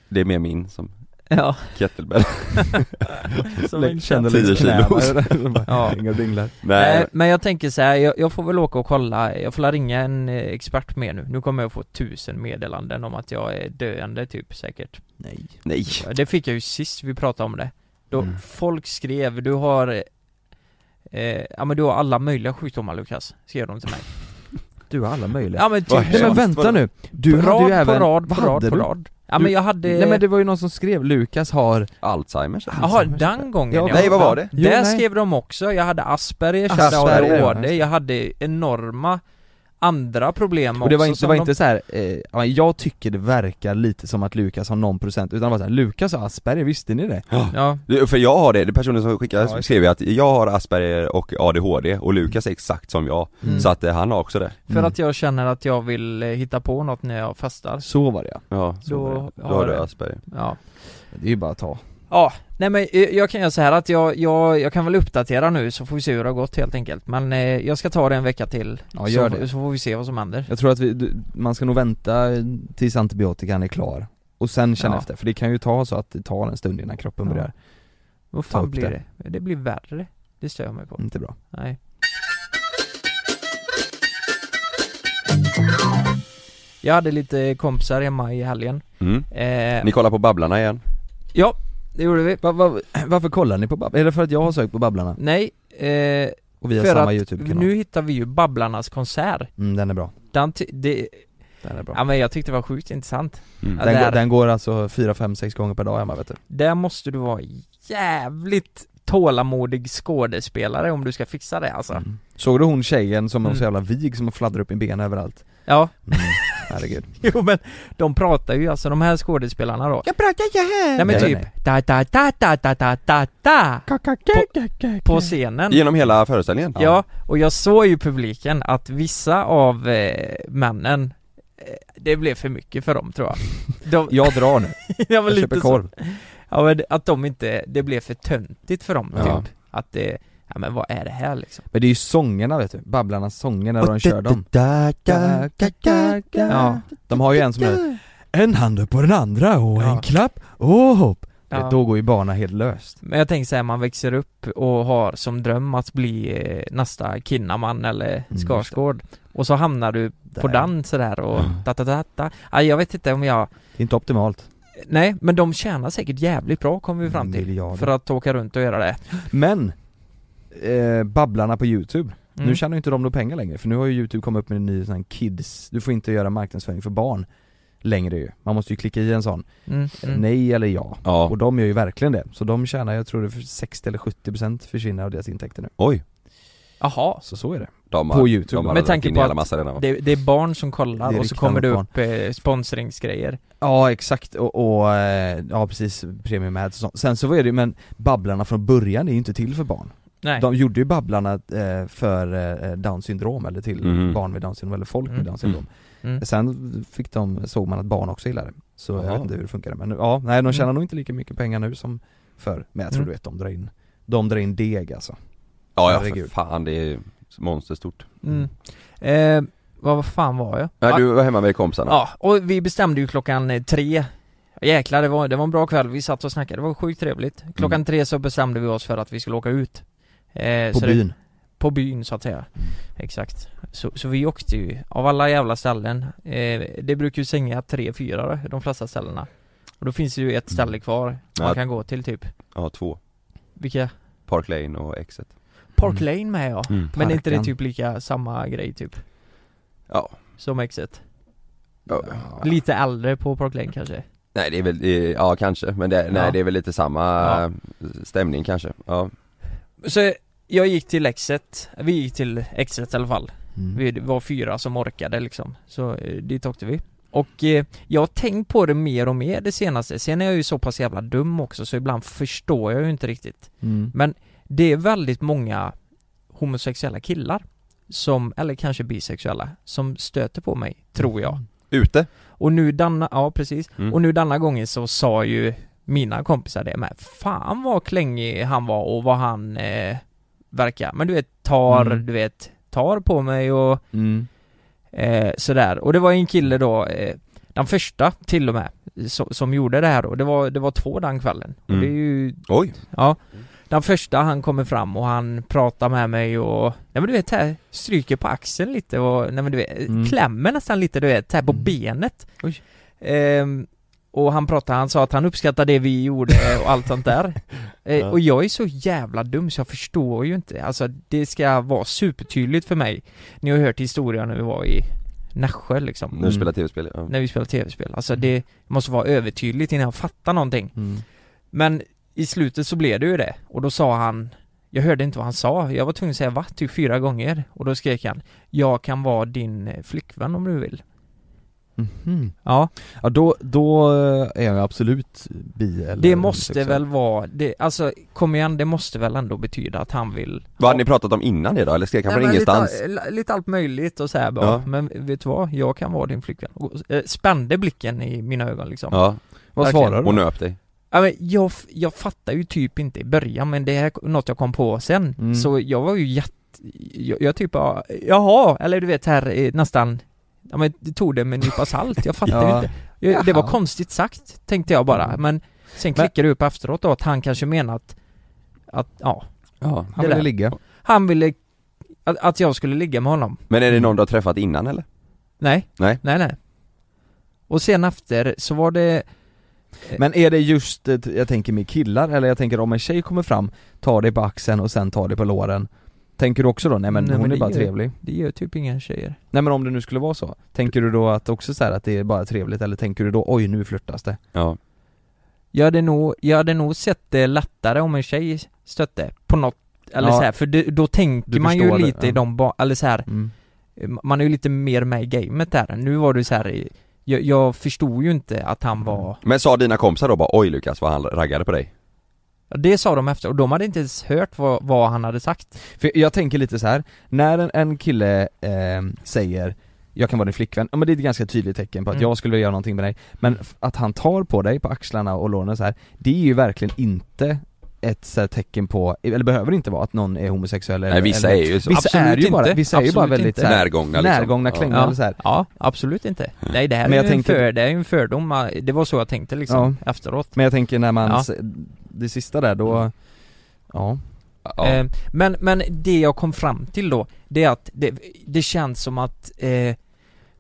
[SPEAKER 2] Det är mer min som
[SPEAKER 3] Ja,
[SPEAKER 2] kettlebell.
[SPEAKER 3] som en
[SPEAKER 1] Känner
[SPEAKER 2] Tio
[SPEAKER 1] lite knäna,
[SPEAKER 3] Ja.
[SPEAKER 1] ja. inga dinglar
[SPEAKER 3] Nej
[SPEAKER 1] Eh,
[SPEAKER 2] Nej,
[SPEAKER 3] men jag tänker så här, jag, jag får väl åka och kolla, jag får la ringa en eh, expert med nu. Nu kommer jag få tusen meddelanden om att jag är döende typ säkert.
[SPEAKER 1] Nej
[SPEAKER 2] nej.
[SPEAKER 3] Ja, Det fick jag ju sist vi pratade om det. Då
[SPEAKER 1] Mm.
[SPEAKER 3] folk skrev, du har eh, eh, ja men du har alla möjliga sjukdomar Lukas, skrev de till mig.
[SPEAKER 1] Du har alla möjligheter
[SPEAKER 3] Ja men typ
[SPEAKER 2] Vad
[SPEAKER 1] Nej men
[SPEAKER 2] hemskt.
[SPEAKER 1] vänta nu, du
[SPEAKER 3] rad,
[SPEAKER 1] hade ju
[SPEAKER 3] på
[SPEAKER 1] även...
[SPEAKER 3] rad, på
[SPEAKER 1] vad hade
[SPEAKER 3] rad, på
[SPEAKER 1] du?
[SPEAKER 3] rad. Ja
[SPEAKER 1] Du-
[SPEAKER 3] men jag hade...
[SPEAKER 1] Nej men det var ju någon som skrev, Lukas har...
[SPEAKER 2] Alzheimers?
[SPEAKER 3] Jaha, den gången
[SPEAKER 1] Ja,
[SPEAKER 2] nej, vad var det?
[SPEAKER 1] Jo,
[SPEAKER 3] Där
[SPEAKER 1] nej.
[SPEAKER 3] skrev de också, jag hade Asperger, jag hade
[SPEAKER 1] Asperger, ja, just
[SPEAKER 3] ADHD,
[SPEAKER 1] det.
[SPEAKER 3] jag hade enorma andra
[SPEAKER 1] Och
[SPEAKER 3] problem också
[SPEAKER 1] det var inte, det
[SPEAKER 3] som
[SPEAKER 1] var
[SPEAKER 3] de-
[SPEAKER 1] inte så här, eh, ja, jag tycker det verkar lite som att Lukas har någon procent, utan det var såhär, Lukas har Asperger, visste ni det?
[SPEAKER 3] Ja,
[SPEAKER 2] Det- För jag har det, det personen som skickade
[SPEAKER 1] Ja,
[SPEAKER 2] skrev ju att jag har Asperger och ADHD och Lukas är exakt som jag
[SPEAKER 3] Mm.
[SPEAKER 2] Så att eh, han har också det
[SPEAKER 3] för att jag känner att jag vill eh, hitta på något när jag fastar
[SPEAKER 1] Så var det ja,
[SPEAKER 2] Ja,
[SPEAKER 3] Då
[SPEAKER 2] så är det. då
[SPEAKER 3] har
[SPEAKER 2] har du
[SPEAKER 3] det.
[SPEAKER 2] Asperger
[SPEAKER 3] Ja
[SPEAKER 1] det är ju bara att ta
[SPEAKER 3] Ja, nej men eh, jag kan göra så här att jag, jag, jag kan väl uppdatera nu så får vi se hur det har gått helt enkelt Men eh, jag ska ta det en vecka till
[SPEAKER 1] Ja, gör
[SPEAKER 3] så,
[SPEAKER 1] det.
[SPEAKER 3] så får vi se vad som händer
[SPEAKER 1] Jag tror att vi, du, man ska nog vänta tills antibiotikan är klar och sen känna
[SPEAKER 3] Ja.
[SPEAKER 1] efter, för det kan ju ta så att det tar en stund innan kroppen
[SPEAKER 3] Ja.
[SPEAKER 1] börjar,
[SPEAKER 3] Vad
[SPEAKER 1] Ta
[SPEAKER 3] fan
[SPEAKER 1] upp
[SPEAKER 3] blir det.
[SPEAKER 1] det. Mm.
[SPEAKER 3] det? blir värre Det stör jag mig på,
[SPEAKER 1] inte bra
[SPEAKER 3] nej Jag hade lite kompisar hemma i helgen
[SPEAKER 2] mm.
[SPEAKER 3] eh,
[SPEAKER 2] Ni kollar på Babblarna igen?
[SPEAKER 3] Ja, det gjorde vi
[SPEAKER 1] va, va, Varför kollar ni på Babblarna? Är det för att jag har sökt på Babblarna?
[SPEAKER 3] Nej, eh,
[SPEAKER 1] Och vi har
[SPEAKER 3] för
[SPEAKER 1] samma
[SPEAKER 3] att
[SPEAKER 1] YouTube-kanal?
[SPEAKER 3] nu hittar vi ju Babblarnas konsert
[SPEAKER 1] Mm, den är bra,
[SPEAKER 3] Den, ty- det,
[SPEAKER 1] den är bra
[SPEAKER 3] ja men jag tyckte det var sjukt intressant
[SPEAKER 2] Mm.
[SPEAKER 3] Ja,
[SPEAKER 1] den,
[SPEAKER 3] där,
[SPEAKER 1] går- den går alltså 4, 5, 6 gånger per dag hemma vet du
[SPEAKER 3] där måste du vara jävligt tålamodig skådespelare om du ska fixa det alltså
[SPEAKER 1] Mm. Såg du hon tjejen som är så
[SPEAKER 3] Mm.
[SPEAKER 1] jävla vig som fladdrar upp i ben överallt?
[SPEAKER 3] Ja,
[SPEAKER 1] Mm. Herregud
[SPEAKER 3] jo men de pratar ju alltså, de här skådespelarna då
[SPEAKER 1] Jag pratar så här!
[SPEAKER 3] Nej men typ, da da da da da da da da på scenen
[SPEAKER 2] Genom hela föreställningen?
[SPEAKER 3] Ja, och jag såg ju publiken att vissa av eh, männen eh, det blev för mycket för dem tror jag. De,
[SPEAKER 1] Jag drar nu,
[SPEAKER 3] ja, men
[SPEAKER 1] jag köper
[SPEAKER 3] lite så.
[SPEAKER 1] korv
[SPEAKER 3] Ja men att de inte, det blev för töntigt för dem
[SPEAKER 2] Ja.
[SPEAKER 3] typ Att det, ja men vad är det här liksom?
[SPEAKER 1] Men det är ju sångerna vet du, Babblarnas sånger när de kör dem
[SPEAKER 3] Ja,
[SPEAKER 1] De har ju en som är En hand upp på den andra och
[SPEAKER 3] Ja.
[SPEAKER 1] en klapp och hopp
[SPEAKER 3] Ja.
[SPEAKER 1] Då går ju bana helt löst
[SPEAKER 3] men jag tänker såhär, man växer upp och har som dröm att bli eh, nästa Kinnaman eller
[SPEAKER 1] Mm, just det.
[SPEAKER 3] Skarsgård Och så hamnar du på
[SPEAKER 1] Där.
[SPEAKER 3] dans sådär och
[SPEAKER 2] Mm.
[SPEAKER 3] da da da da ja, jag vet inte om jag
[SPEAKER 1] Det är inte optimalt
[SPEAKER 3] Nej, men de tjänar säkert jävligt bra kommer vi fram till
[SPEAKER 1] Miljarder.
[SPEAKER 3] För att åka runt och göra det
[SPEAKER 1] Men eh, Babblarna på youtube,
[SPEAKER 3] Mm.
[SPEAKER 1] nu tjänar ju inte de några pengar längre för nu har ju youtube kommit upp med en ny sån här kids Du får inte göra marknadsföring för barn längre ju, man måste ju klicka i en sån
[SPEAKER 3] Mm, mm.
[SPEAKER 1] Nej eller ja
[SPEAKER 2] Ja,
[SPEAKER 1] Och de gör ju verkligen det, så de tjänar, jag tror det är för 60 eller 70% försvinner av deras intäkter nu
[SPEAKER 2] oj,
[SPEAKER 3] Jaha,
[SPEAKER 1] Så så är det
[SPEAKER 2] De
[SPEAKER 1] På YouTube.
[SPEAKER 2] De har
[SPEAKER 3] Med
[SPEAKER 2] med
[SPEAKER 3] tanke
[SPEAKER 2] tanke in
[SPEAKER 3] på
[SPEAKER 2] på jävla
[SPEAKER 3] att
[SPEAKER 2] massa redan va?
[SPEAKER 3] Det, det är barn som
[SPEAKER 1] Det
[SPEAKER 3] kollar
[SPEAKER 1] är
[SPEAKER 3] och så
[SPEAKER 1] riktat
[SPEAKER 3] kommer
[SPEAKER 1] mot
[SPEAKER 3] det
[SPEAKER 1] barn.
[SPEAKER 3] upp eh, sponsringsgrejer
[SPEAKER 1] Ja exakt och, och eh, ja precis, premium ads och sånt. Sen så var det ju, men Babblarna från början är ju inte till för barn.
[SPEAKER 3] Nej,
[SPEAKER 1] De gjorde ju Babblarna eh, för eh, down syndrom eller till
[SPEAKER 2] Mm.
[SPEAKER 1] barn med down syndrom eller folk
[SPEAKER 3] Mm.
[SPEAKER 1] med down syndrom.
[SPEAKER 3] Mm.
[SPEAKER 1] Sen fick de, såg man att barn också gillade det. Så jag
[SPEAKER 2] Jaha.
[SPEAKER 1] vet inte hur det funkar men ja, nej de tjänar
[SPEAKER 3] Mm.
[SPEAKER 1] nog inte lika mycket pengar nu som förr. Men jag tror
[SPEAKER 3] Mm.
[SPEAKER 1] du
[SPEAKER 3] Eh,
[SPEAKER 1] vet, de drar in, de drar in deg alltså.
[SPEAKER 2] Ja, ja för
[SPEAKER 1] herregud.
[SPEAKER 2] fan det är monsterstort.
[SPEAKER 3] mm. eh, Vad fan var jag?
[SPEAKER 2] Ja, du var hemma med kompisarna?
[SPEAKER 3] Ja, och vi bestämde ju klockan eh, tre Jäklar, det var, det var en bra kväll, vi satt och snackade, det var sjukt trevligt Klockan
[SPEAKER 2] Mm.
[SPEAKER 3] tre så bestämde vi oss för att vi skulle åka ut eh,
[SPEAKER 1] På
[SPEAKER 3] så det-
[SPEAKER 1] byn.
[SPEAKER 3] på byn så att säga Exakt Så, så vi åkte ju, av alla jävla ställen eh, Det brukar ju sänga tre, fyra de flesta ställena Och då finns det ju ett ställe kvar man
[SPEAKER 2] Mm. Ja. Mm.
[SPEAKER 3] kan gå till typ
[SPEAKER 2] Ja, två.
[SPEAKER 3] Vilka?
[SPEAKER 2] Park Lane och Exet.
[SPEAKER 3] Park Lane med ja
[SPEAKER 2] Mm.
[SPEAKER 3] Men är inte det
[SPEAKER 1] Parken.
[SPEAKER 3] typ lika, samma grej typ?
[SPEAKER 2] Ja.
[SPEAKER 3] Som exet?
[SPEAKER 2] Ja.
[SPEAKER 3] Lite äldre på Park Lane kanske?
[SPEAKER 2] Nej det är väl, det är- ja kanske, men det,
[SPEAKER 3] Ja.
[SPEAKER 2] nej det är väl lite samma eh,
[SPEAKER 3] Ja.
[SPEAKER 2] stämning kanske. Ja.
[SPEAKER 3] Så jag gick till exet, vi gick till exet i alla fall
[SPEAKER 1] Mm.
[SPEAKER 3] Vi var fyra som orkade liksom, så eh, dit åkte vi Och eh, jag har tänkt på det mer och mer det senaste, sen är jag ju så pass jävla dum också så ibland förstår jag ju inte riktigt
[SPEAKER 1] Mm.
[SPEAKER 3] Men det är väldigt många homosexuella killar som, eller kanske bisexuella, som stöter på mig, tror
[SPEAKER 1] Mm.
[SPEAKER 3] jag
[SPEAKER 2] Ute?
[SPEAKER 3] Och nu denna, ja precis,
[SPEAKER 2] Mm.
[SPEAKER 3] och nu denna gången så sa ju mina kompisar det med Fan vad klängig han var och vad han eh, verkar, men du vet tar,
[SPEAKER 1] Mm.
[SPEAKER 3] du vet, tar på mig och
[SPEAKER 1] Mm.
[SPEAKER 3] Eh, sådär, och det var en kille då, eh, den första till och med, som, som gjorde det här då, det var, det var två den kvällen. Och
[SPEAKER 2] Mm.
[SPEAKER 3] det är ju,
[SPEAKER 2] Oj!
[SPEAKER 3] ja. Den första han kommer fram och han pratar med mig och, nej men du vet här, stryker på axeln lite och, nej men du vet,
[SPEAKER 1] Mm.
[SPEAKER 3] klämmer nästan lite du vet, här på
[SPEAKER 1] Mm.
[SPEAKER 3] benet.
[SPEAKER 1] Oj.
[SPEAKER 3] Ehm, och han pratade, han sa att han uppskattade det vi gjorde och allt sånt där. Eh,
[SPEAKER 2] Ja.
[SPEAKER 3] Och jag är så jävla dum så jag förstår ju inte, alltså det ska vara supertydligt för mig Ni har hört historien när vi var i Nässjö liksom
[SPEAKER 2] När du spelar tv-spel? Ja.
[SPEAKER 3] När vi spelade tv-spel, alltså det måste vara övertydligt innan jag fattar någonting
[SPEAKER 1] Mm.
[SPEAKER 3] Men i slutet så blev det ju det, och då sa han Jag hörde inte vad han sa, jag var tvungen att säga va? Typ fyra gånger Och då skrek han Jag kan vara din eh, flickvän om du vill
[SPEAKER 1] Mhm.
[SPEAKER 3] Ja,
[SPEAKER 1] Ja då, då eh, är jag absolut bi eller
[SPEAKER 3] det måste
[SPEAKER 1] homosexuell.
[SPEAKER 3] väl vara, det, alltså kom igen, det måste väl ändå betyda att han vill
[SPEAKER 2] Vad hade ni pratat om innan det då? Eller skrek han från
[SPEAKER 3] Nej, men
[SPEAKER 2] ingenstans?
[SPEAKER 3] Lite, lite allt möjligt och så här bara,
[SPEAKER 2] Ja.
[SPEAKER 3] men vet du vad? Jag kan vara din flickvän. Och, eh, Spände blicken i mina ögon liksom. Ja.
[SPEAKER 2] Ja,
[SPEAKER 1] Vad
[SPEAKER 3] Verkligen.
[SPEAKER 1] svarar du?
[SPEAKER 2] och nöp dig?
[SPEAKER 3] men jag, f- jag fattar ju typ inte i början, men det är något jag kom på sen.
[SPEAKER 1] Mm.
[SPEAKER 3] Så jag var ju jätte, jag, jag typ bara, jaha, eller du vet här eh, nästan Ja men det tog det med en nypa salt, jag fattar ju
[SPEAKER 1] Ja.
[SPEAKER 3] inte. Jag, det var
[SPEAKER 1] Jaha.
[SPEAKER 3] konstigt sagt, tänkte jag bara,
[SPEAKER 1] Mm.
[SPEAKER 3] men sen
[SPEAKER 1] Men-
[SPEAKER 3] klickade det upp efteråt då att han kanske menat att, ja,
[SPEAKER 2] Ja.
[SPEAKER 1] Han
[SPEAKER 3] det
[SPEAKER 1] ville
[SPEAKER 3] där.
[SPEAKER 1] ligga.
[SPEAKER 3] han ville att, att jag skulle ligga med honom.
[SPEAKER 2] Men är det någon du har träffat innan eller?
[SPEAKER 3] Nej.
[SPEAKER 2] Nej.
[SPEAKER 3] Nej, nej. Och sen efter så var det,
[SPEAKER 1] Men är det just, eh, jag tänker med killar, eller jag tänker om en tjej kommer fram, tar dig på axeln och sen tar dig på låren Tänker du också då, nej men
[SPEAKER 3] Nej,
[SPEAKER 1] hon
[SPEAKER 3] men
[SPEAKER 1] är
[SPEAKER 3] det
[SPEAKER 1] bara
[SPEAKER 3] gör-
[SPEAKER 1] trevlig?
[SPEAKER 3] det gör typ inga tjejer.
[SPEAKER 1] Nej men om det nu skulle vara så, tänker du då att också så här att det är bara trevligt eller tänker du då oj nu flörtas det?
[SPEAKER 2] Ja.
[SPEAKER 3] Jag hade nog, jag hade nog sett det lättare om en tjej stötte på något, eller
[SPEAKER 1] Ja.
[SPEAKER 3] så här, för det, då tänker
[SPEAKER 1] Du
[SPEAKER 3] man ju
[SPEAKER 1] förstår det,
[SPEAKER 3] lite i
[SPEAKER 1] ja.
[SPEAKER 3] de ba- eller så här,
[SPEAKER 1] Mm.
[SPEAKER 3] man är ju lite mer med i gamet där. Nu var du så här, i- jag, jag förstod ju inte att
[SPEAKER 1] Mm.
[SPEAKER 3] han var,
[SPEAKER 2] Men sa dina kompisar då bara oj Lukas vad han raggade på dig?
[SPEAKER 3] Ja, det sa de efter, och de hade inte ens hört vad, vad han hade sagt.
[SPEAKER 1] För jag tänker lite så här när en, en kille eh, säger jag kan vara din flickvän, ja men det är ett ganska tydligt tecken på att
[SPEAKER 3] Mm.
[SPEAKER 1] jag skulle vilja göra någonting med dig
[SPEAKER 2] Mm.
[SPEAKER 1] Men f- att han tar på dig på axlarna och låren och så här, det är ju verkligen inte ett så här tecken på, eller behöver inte vara att någon är homosexuell eller,
[SPEAKER 2] Nej vissa
[SPEAKER 1] eller,
[SPEAKER 2] är ju så
[SPEAKER 1] Vissa är ju
[SPEAKER 3] Absolut
[SPEAKER 1] bara,
[SPEAKER 3] inte.
[SPEAKER 1] vissa är ju bara
[SPEAKER 3] Absolut
[SPEAKER 1] väldigt
[SPEAKER 3] inte.
[SPEAKER 1] så här,
[SPEAKER 2] närgångna liksom.
[SPEAKER 1] närgångna
[SPEAKER 2] Ja.
[SPEAKER 1] klängor
[SPEAKER 3] Ja.
[SPEAKER 1] eller så här.
[SPEAKER 3] Ja, absolut inte. Nej det här
[SPEAKER 1] Men
[SPEAKER 3] är
[SPEAKER 1] jag
[SPEAKER 3] ju en,
[SPEAKER 1] tänker-
[SPEAKER 3] för, det är ju en fördom, det var så jag tänkte liksom, efteråt.
[SPEAKER 1] Men jag tänker när man,
[SPEAKER 3] Ja.
[SPEAKER 1] s- det sista där
[SPEAKER 2] Mm.
[SPEAKER 1] då, ja
[SPEAKER 2] Ja.
[SPEAKER 3] Eh, men, men det jag kom fram till då, det är att det, det känns som att, eh,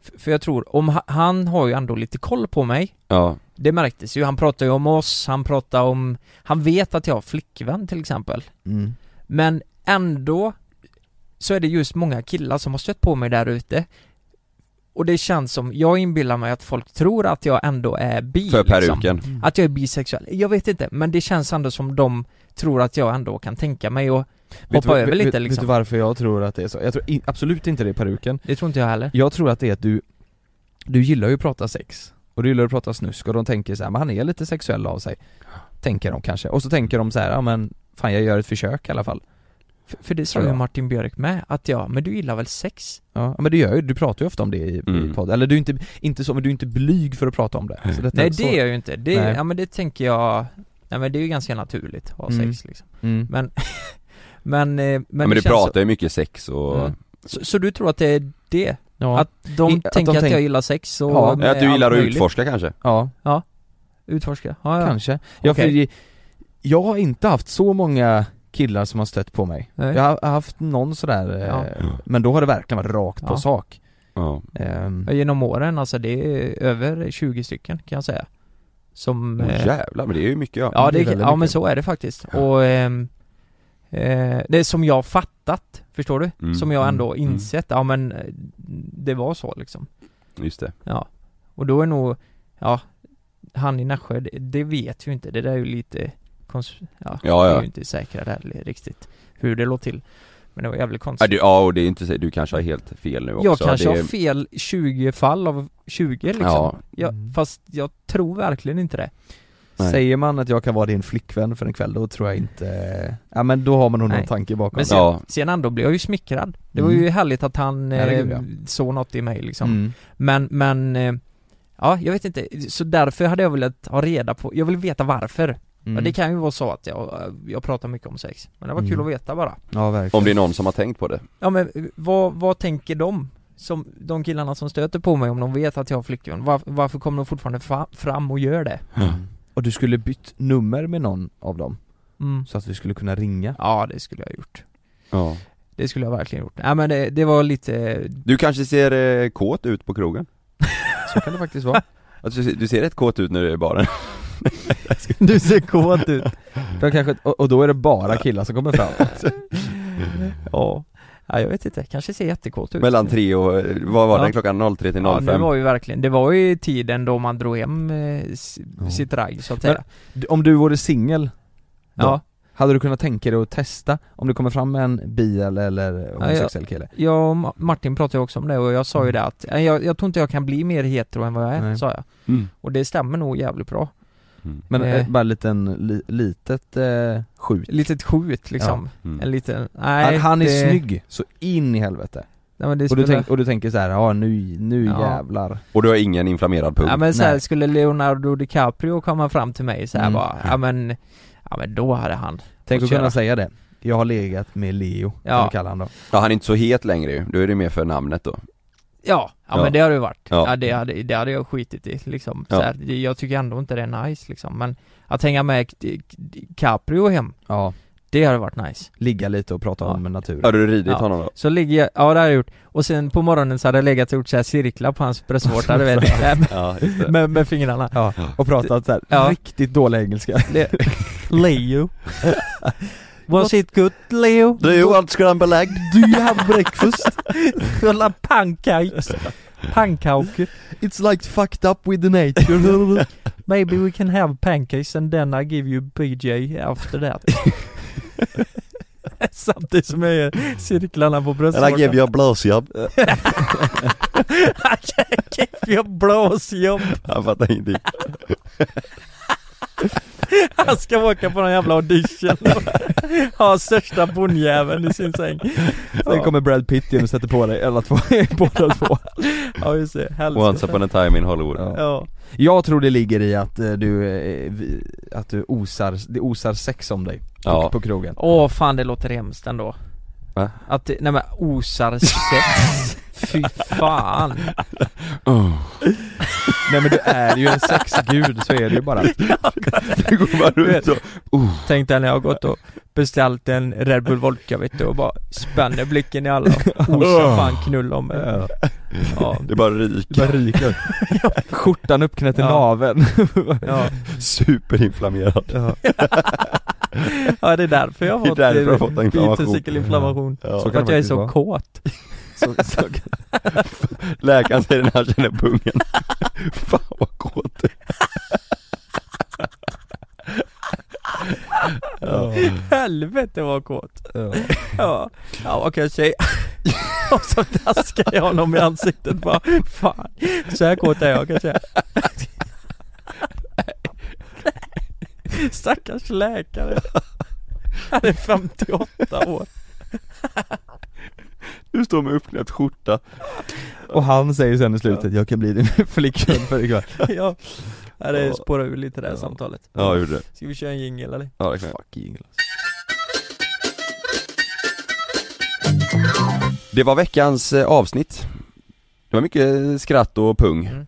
[SPEAKER 3] f- för jag tror, om ha- han har ju ändå lite koll på mig
[SPEAKER 2] ja.
[SPEAKER 3] Det märktes ju, han pratar ju om oss, han pratar om, han vet att jag har flickvän till exempel
[SPEAKER 1] mm.
[SPEAKER 3] Men ändå så är det just många killar som har stött på mig där ute Och det känns som, jag inbillar mig att folk tror att jag ändå är bi
[SPEAKER 2] För Mm.
[SPEAKER 3] liksom.
[SPEAKER 2] peruken.
[SPEAKER 3] Att jag är bisexuell, jag vet inte, men det känns ändå som de tror att jag ändå kan tänka mig och
[SPEAKER 1] Vet du
[SPEAKER 3] Hoppa
[SPEAKER 1] vad-
[SPEAKER 3] över
[SPEAKER 1] vet-
[SPEAKER 3] lite,
[SPEAKER 1] vet- Vet
[SPEAKER 3] liksom.
[SPEAKER 1] du varför jag tror att det är så? Jag tror i, absolut inte det är peruken
[SPEAKER 3] Det tror inte jag heller.
[SPEAKER 1] Jag tror att det är att du Du gillar ju att prata sex Och du gillar att prata snusk och de tänker så här, men han är lite sexuell av sig Tänker de kanske, och så tänker de så här, ja men Fan jag gör ett försök i alla fall
[SPEAKER 3] För, för det sa
[SPEAKER 1] Tror
[SPEAKER 3] ju
[SPEAKER 1] jag.
[SPEAKER 3] Martin Björk med, att ja, men du gillar väl sex?
[SPEAKER 1] Ja men du gör ju, du pratar ju ofta om det i, i
[SPEAKER 2] Mm.
[SPEAKER 1] podd Eller du är inte, inte så, men du är inte blyg för att prata om det så detta,
[SPEAKER 3] Nej
[SPEAKER 1] så,
[SPEAKER 3] det är jag ju inte, det,
[SPEAKER 1] Nej.
[SPEAKER 3] ja men det tänker jag, nej men det är ju ganska naturligt att ha
[SPEAKER 1] Mm.
[SPEAKER 3] sex liksom
[SPEAKER 1] mm.
[SPEAKER 3] Men, men, eh, men,
[SPEAKER 2] Men,
[SPEAKER 3] det
[SPEAKER 2] du
[SPEAKER 3] känns
[SPEAKER 2] pratar ju mycket sex och...
[SPEAKER 3] Mm. så, så, så du tror att det är det?
[SPEAKER 1] ja.
[SPEAKER 3] Att de
[SPEAKER 1] I- att de
[SPEAKER 3] tänker att,
[SPEAKER 1] tänk-
[SPEAKER 3] jag gillar sex och
[SPEAKER 1] Ja,
[SPEAKER 2] Ja,
[SPEAKER 3] med
[SPEAKER 2] Att du gillar
[SPEAKER 3] allt
[SPEAKER 2] att
[SPEAKER 3] möjligt.
[SPEAKER 2] utforska kanske?
[SPEAKER 1] ja,
[SPEAKER 3] Utforska, ja, ja.
[SPEAKER 1] kanske jag,
[SPEAKER 3] Okej.
[SPEAKER 1] för, jag har inte haft så många killar som har stött på mig
[SPEAKER 3] Nej.
[SPEAKER 1] Jag har har haft någon sådär,
[SPEAKER 3] Ja.
[SPEAKER 1] eh, men då har det verkligen varit rakt på
[SPEAKER 3] Ja.
[SPEAKER 1] sak
[SPEAKER 2] Ja.
[SPEAKER 1] Ehm,
[SPEAKER 3] Ja, Genom åren alltså, det är över 20 stycken kan jag säga Som...
[SPEAKER 2] Åh
[SPEAKER 3] eh,
[SPEAKER 2] jävlar, men det är ju mycket ja.
[SPEAKER 3] ja, det,
[SPEAKER 1] det är väldigt
[SPEAKER 3] ja men
[SPEAKER 1] mycket.
[SPEAKER 3] så är det faktiskt och ehm, eh, det är som jag har fattat, förstår du?
[SPEAKER 2] Mm,
[SPEAKER 3] Som jag ändå
[SPEAKER 2] mm,
[SPEAKER 3] insett, ja men eh, det var så liksom
[SPEAKER 2] Just det.
[SPEAKER 3] Ja, och då är nog, ja, han i Nässjö, det, det vet ju inte, det där är ju lite kons- ja,
[SPEAKER 2] Ja,
[SPEAKER 3] vi
[SPEAKER 2] ja.
[SPEAKER 3] är ju inte säkra där riktigt hur det låg till Men det var jävligt
[SPEAKER 2] Ja,
[SPEAKER 3] konstigt
[SPEAKER 2] du, ja och det är inte så, du kanske har helt fel nu också.
[SPEAKER 3] Jag kanske
[SPEAKER 2] det,
[SPEAKER 3] har fel 20 fall av 20 liksom
[SPEAKER 2] Ja. Mm.
[SPEAKER 3] jag, Fast jag tror verkligen inte det
[SPEAKER 2] nej.
[SPEAKER 1] Säger man att jag kan vara din flickvän för en kväll, då tror jag inte... Ja men då har man nog
[SPEAKER 3] Nej.
[SPEAKER 1] någon tanke bakom
[SPEAKER 3] Men
[SPEAKER 1] det.
[SPEAKER 3] sen,
[SPEAKER 2] Ja.
[SPEAKER 3] sen ändå blev jag ju smickrad Det var
[SPEAKER 1] Mm.
[SPEAKER 3] ju härligt att han eh,
[SPEAKER 1] Herregud, ja.
[SPEAKER 3] såg något i mig liksom
[SPEAKER 1] Mm.
[SPEAKER 3] Men, men eh, Ja, jag vet inte, så därför hade jag velat ha reda på, jag vill veta varför
[SPEAKER 1] Mm.
[SPEAKER 3] Ja, det kan ju vara så att jag, eh, jag pratar mycket om sex, men det var kul
[SPEAKER 1] Mm.
[SPEAKER 3] att veta bara
[SPEAKER 1] Ja verkligen.
[SPEAKER 2] Om det är någon som har tänkt på det.
[SPEAKER 3] Ja men eh, vad, vad tänker de? Som, de killarna som stöter på mig om de vet att jag har flickvän, var, varför kommer de fortfarande fa- fram och gör det?
[SPEAKER 1] Och du skulle bytt nummer med någon av dem,
[SPEAKER 3] Mm.
[SPEAKER 1] så att vi skulle kunna ringa?
[SPEAKER 3] Ja det skulle jag ha gjort,
[SPEAKER 2] Ja.
[SPEAKER 3] det skulle jag verkligen ha gjort. Nej men det, det var lite,
[SPEAKER 2] Du kanske ser eh, kåt ut på krogen?
[SPEAKER 1] Så kan det faktiskt vara.
[SPEAKER 2] Alltså, du ser- du ser rätt kåt ut när du är i baren.
[SPEAKER 3] du ser kåt ut
[SPEAKER 1] Då kanske, och, och då är det bara killar som kommer fram. Mm.
[SPEAKER 3] Ja, ja jag vet inte, kanske ser jättekåt ut
[SPEAKER 2] Mellan tre och, eh, vad var
[SPEAKER 3] Ja.
[SPEAKER 2] den klockan? 03 till
[SPEAKER 3] Ja
[SPEAKER 2] 05?
[SPEAKER 3] det var ju verkligen, det var ju tiden då man drog hem eh, s- sitt ragg så att säga
[SPEAKER 1] D- Om du vore singel, då?
[SPEAKER 3] Ja,
[SPEAKER 1] hade du kunnat tänka dig att testa om det kommer fram en bil eller
[SPEAKER 3] ja.
[SPEAKER 1] homosexuell kille?
[SPEAKER 3] jag och Ma- Martin pratade ju också om det och jag sa ju det att, eh, jag, jag tror inte jag kan bli mer hetero än vad jag är,
[SPEAKER 1] Mm. Nej.
[SPEAKER 3] sa jag
[SPEAKER 2] Mm.
[SPEAKER 3] Och det stämmer nog jävligt bra
[SPEAKER 2] Mm.
[SPEAKER 1] Men
[SPEAKER 3] Nej.
[SPEAKER 1] eh, bara en liten, li, litet eh, skjut.
[SPEAKER 3] Litet skjut liksom,
[SPEAKER 2] Mm.
[SPEAKER 3] en liten, nej
[SPEAKER 1] Han, han är
[SPEAKER 3] det,
[SPEAKER 1] snygg, så in i helvete.
[SPEAKER 3] nej, men det
[SPEAKER 1] Och du,
[SPEAKER 3] spelar-
[SPEAKER 1] tänk, och du tänker så här, ja nu, nu
[SPEAKER 3] Ja.
[SPEAKER 1] jävlar.
[SPEAKER 2] Och du har ingen inflammerad pung?
[SPEAKER 3] Ja men såhär,
[SPEAKER 1] Nej.
[SPEAKER 3] skulle Leonardo DiCaprio komma fram till mig såhär
[SPEAKER 1] Mm.
[SPEAKER 3] bara, ja men, ja men då hade han
[SPEAKER 1] Tänk
[SPEAKER 3] fått
[SPEAKER 1] att
[SPEAKER 3] köra.
[SPEAKER 1] kunna säga det. Jag har legat med Leo,
[SPEAKER 3] Ja.
[SPEAKER 1] ja. kan vi kalla han då.
[SPEAKER 2] Ja, han är inte så het längre ju, då är det mer för namnet då
[SPEAKER 3] Ja, ja,
[SPEAKER 2] Ja.
[SPEAKER 3] men det har det varit. Ja.
[SPEAKER 2] Ja.
[SPEAKER 3] det, hade, det hade jag skitit i liksom.
[SPEAKER 2] Ja.
[SPEAKER 3] Så här, det- jag tycker ändå inte det är nice liksom. Men att hänga med K- K- Caprio hem,
[SPEAKER 1] Ja,
[SPEAKER 3] det hade varit nice.
[SPEAKER 1] ligga lite och prata
[SPEAKER 3] Ja.
[SPEAKER 1] om naturen.
[SPEAKER 2] Har du ridit
[SPEAKER 3] Ja.
[SPEAKER 2] honom då?
[SPEAKER 3] Så ligger jag, ja det har jag gjort. Och sen på morgonen så hade jag legat och gjort så här cirklar på hans bröstvårta, du vet. Med-
[SPEAKER 2] Ja, just det.
[SPEAKER 3] Med, med fingrarna.
[SPEAKER 1] Ja, och pratat såhär
[SPEAKER 3] Ja.
[SPEAKER 1] riktigt dålig engelska.
[SPEAKER 3] Le- Leo. Was it good Leo?
[SPEAKER 2] Do you want scrambled egg?
[SPEAKER 1] Do you have breakfast?
[SPEAKER 3] Kolla pancakes. Pannkakor.
[SPEAKER 1] It's like fucked up with the nature.
[SPEAKER 3] Maybe we can have pancakes and then I give you BJ after that Samtidigt som jag gör cirklarna på bröstvårtan
[SPEAKER 2] you a blowjob?
[SPEAKER 3] I give you blåsjobb
[SPEAKER 2] Han fattar ingenting
[SPEAKER 3] Alltså. Han ska åka på någon jävla audition Ha största bondjäveln i sin säng
[SPEAKER 1] Sen kommer Brad Pitt in och sätter på dig alla två, båda två.
[SPEAKER 3] Ja just det, helvete
[SPEAKER 2] Once upon a time in Hollywood
[SPEAKER 1] Ja.
[SPEAKER 3] Ja,
[SPEAKER 1] Jag tror det ligger i att eh, du, eh, vi- att du osar, det osar sex om dig på,
[SPEAKER 2] Ja.
[SPEAKER 1] på krogen.
[SPEAKER 3] åh fan det låter hemskt ändå
[SPEAKER 2] Va?
[SPEAKER 3] Att, det- nej men osar sex Fy fan
[SPEAKER 1] Nej men du är ju en sexgud, så är det ju bara.
[SPEAKER 2] Du går bara runt och,
[SPEAKER 3] Tänk dig när jag har gått och beställt en Red Bull Vodka vet du och bara spänner blicken i alla och osar fan knull om mig
[SPEAKER 1] Ja.
[SPEAKER 3] Ja,
[SPEAKER 2] det bara ryker
[SPEAKER 1] Bara ryker. Skjortan uppknäppt i
[SPEAKER 3] Ja.
[SPEAKER 1] naveln.
[SPEAKER 3] ja.
[SPEAKER 2] Superinflammerad
[SPEAKER 3] ja det är därför jag har
[SPEAKER 2] Det är
[SPEAKER 3] fått,
[SPEAKER 2] därför
[SPEAKER 3] eh,
[SPEAKER 2] jag har fått inflammation.
[SPEAKER 3] biticykelinflammation
[SPEAKER 1] Så
[SPEAKER 2] Ja.
[SPEAKER 3] För
[SPEAKER 1] kan
[SPEAKER 3] att
[SPEAKER 1] det
[SPEAKER 3] jag är
[SPEAKER 1] faktiskt
[SPEAKER 3] så
[SPEAKER 1] vara.
[SPEAKER 3] kåt
[SPEAKER 1] Så, så,
[SPEAKER 2] Läkaren säger när han känner pungen Fan vad kåt du är.
[SPEAKER 3] Helvete vad kåt Ja, ja okej tjej Och så daskar jag honom i ansiktet bara Fan, så här kåt är jag kan jag säga Stackars läkare Han är 58 år
[SPEAKER 2] Du står med uppknäppt skjorta
[SPEAKER 1] Och han säger sen i slutet, jag kan bli din flickvän för ikväll
[SPEAKER 3] Ja, Ja, det spårar ur lite det här samtalet
[SPEAKER 2] Ja, jag gjorde det
[SPEAKER 3] Ska vi köra en jingel eller?
[SPEAKER 2] Ja, det kan jag. Det var veckans eh, avsnitt Det var mycket skratt och pung,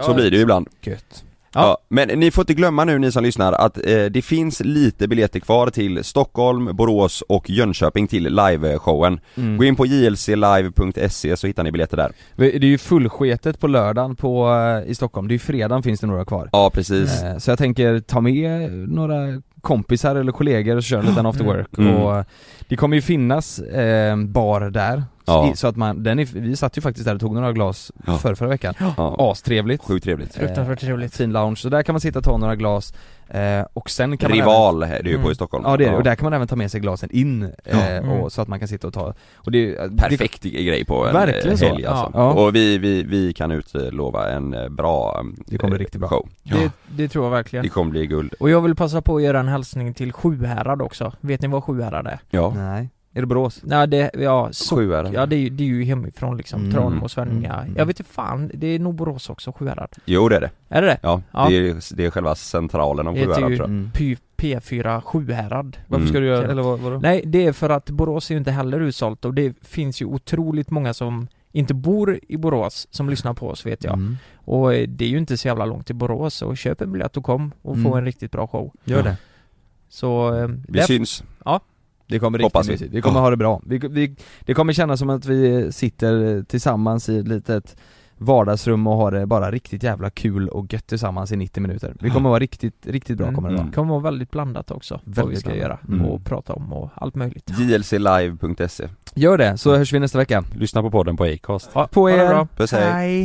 [SPEAKER 2] så blir det ju ibland
[SPEAKER 1] Mm. Gött
[SPEAKER 2] Ja. men ni får inte glömma nu ni som lyssnar att eh, det finns lite biljetter kvar till Stockholm, Borås och Jönköping till liveshowen.
[SPEAKER 1] Mm.
[SPEAKER 2] Gå in på jlclive.se så hittar ni biljetter där.
[SPEAKER 1] Det är ju fullsketet på lördagen på, eh, i Stockholm, det är ju fredagen finns det några kvar
[SPEAKER 2] Ja precis.
[SPEAKER 1] Eh, Så jag tänker ta med några kompisar eller kollegor och köra lite en after work
[SPEAKER 2] Mm.
[SPEAKER 1] och eh, Det kommer ju finnas eh, bar där
[SPEAKER 2] Ja.
[SPEAKER 1] så, så att man, den är, vi satt ju faktiskt där och tog några glas
[SPEAKER 2] Ja.
[SPEAKER 1] förra, förra veckan
[SPEAKER 2] Ja.
[SPEAKER 1] Astrevligt
[SPEAKER 2] Sjukt trevligt.
[SPEAKER 3] Fruktansvärt roligt.
[SPEAKER 1] Eh, Fin lounge, så där kan man sitta och ta några glas eh, och sen kan man även, Mm.
[SPEAKER 2] Rival är det ju på i Stockholm.
[SPEAKER 1] Ja det är det, och där kan man även ta med sig glasen in eh,
[SPEAKER 3] Ja. Mm.
[SPEAKER 1] och, så att man kan sitta och ta och det, det,
[SPEAKER 2] Perfekt grej på en
[SPEAKER 1] Verkligen
[SPEAKER 2] Verkligen
[SPEAKER 1] så.
[SPEAKER 2] helg alltså.
[SPEAKER 1] Ja. Ja.
[SPEAKER 2] Och vi, vi, vi kan utlova en eh, bra eh,
[SPEAKER 1] Det kommer bli riktigt bra.
[SPEAKER 2] show.
[SPEAKER 3] Det, det tror jag verkligen
[SPEAKER 2] Det kommer bli guld.
[SPEAKER 3] Och jag vill passa på att göra en hälsning till Sjuhärad också Vet ni vad Sjuhärad är?
[SPEAKER 2] Ja.
[SPEAKER 1] Nej, är det Borås?
[SPEAKER 3] Nej det, ja, så,
[SPEAKER 2] Sju är det.
[SPEAKER 3] ja det, är ju- det är ju hemifrån liksom,
[SPEAKER 1] Mm.
[SPEAKER 3] Tranemo, Svenninga
[SPEAKER 1] Mm.
[SPEAKER 3] Jag vet inte fan, det är nog Borås också, Sjuhärad
[SPEAKER 2] Jo det är det.
[SPEAKER 3] Är det det?
[SPEAKER 2] Ja.
[SPEAKER 3] Ja.
[SPEAKER 2] Det, är, det är själva centralen av
[SPEAKER 3] Det heter
[SPEAKER 2] Sjuhärad
[SPEAKER 3] ju-
[SPEAKER 2] tror jag.
[SPEAKER 1] Mm.
[SPEAKER 3] P- P4 Sjuhärad
[SPEAKER 1] Varför ska du göra,
[SPEAKER 3] Mm.
[SPEAKER 1] eller vad, vadå?
[SPEAKER 3] Nej, det är för att Borås är ju inte heller utsålt och det finns ju otroligt många som inte bor i Borås som lyssnar på oss vet jag.
[SPEAKER 1] Mm.
[SPEAKER 3] Och eh, det är ju inte så jävla långt till Borås så köp en biljett och kom och
[SPEAKER 1] Mm.
[SPEAKER 3] få en riktigt bra show.
[SPEAKER 1] Gör det
[SPEAKER 3] Så... eh,
[SPEAKER 2] Vi
[SPEAKER 3] där-
[SPEAKER 2] syns.
[SPEAKER 1] Det kommer riktigt
[SPEAKER 2] Hoppas vi.
[SPEAKER 1] mysigt. Vi kommer
[SPEAKER 2] Ja.
[SPEAKER 1] ha det bra. Vi, vi, det kommer kännas som att vi sitter tillsammans i ett litet vardagsrum och har det bara riktigt jävla kul och gött tillsammans i 90 minuter.
[SPEAKER 2] Mm.
[SPEAKER 1] Vi kommer vara riktigt, riktigt bra kommer det vara.
[SPEAKER 3] Mm. kommer vara väldigt blandat också, vad vi
[SPEAKER 1] Väldigt
[SPEAKER 3] ska
[SPEAKER 1] blandat.
[SPEAKER 3] göra
[SPEAKER 1] Mm.
[SPEAKER 3] och prata om och allt möjligt.
[SPEAKER 2] jlclive.se
[SPEAKER 1] Gör det, så hörs vi nästa vecka.
[SPEAKER 2] Lyssna på podden på Acast.
[SPEAKER 3] Ja,
[SPEAKER 1] På
[SPEAKER 3] ha det
[SPEAKER 1] er.
[SPEAKER 3] bra.
[SPEAKER 2] Puss hej!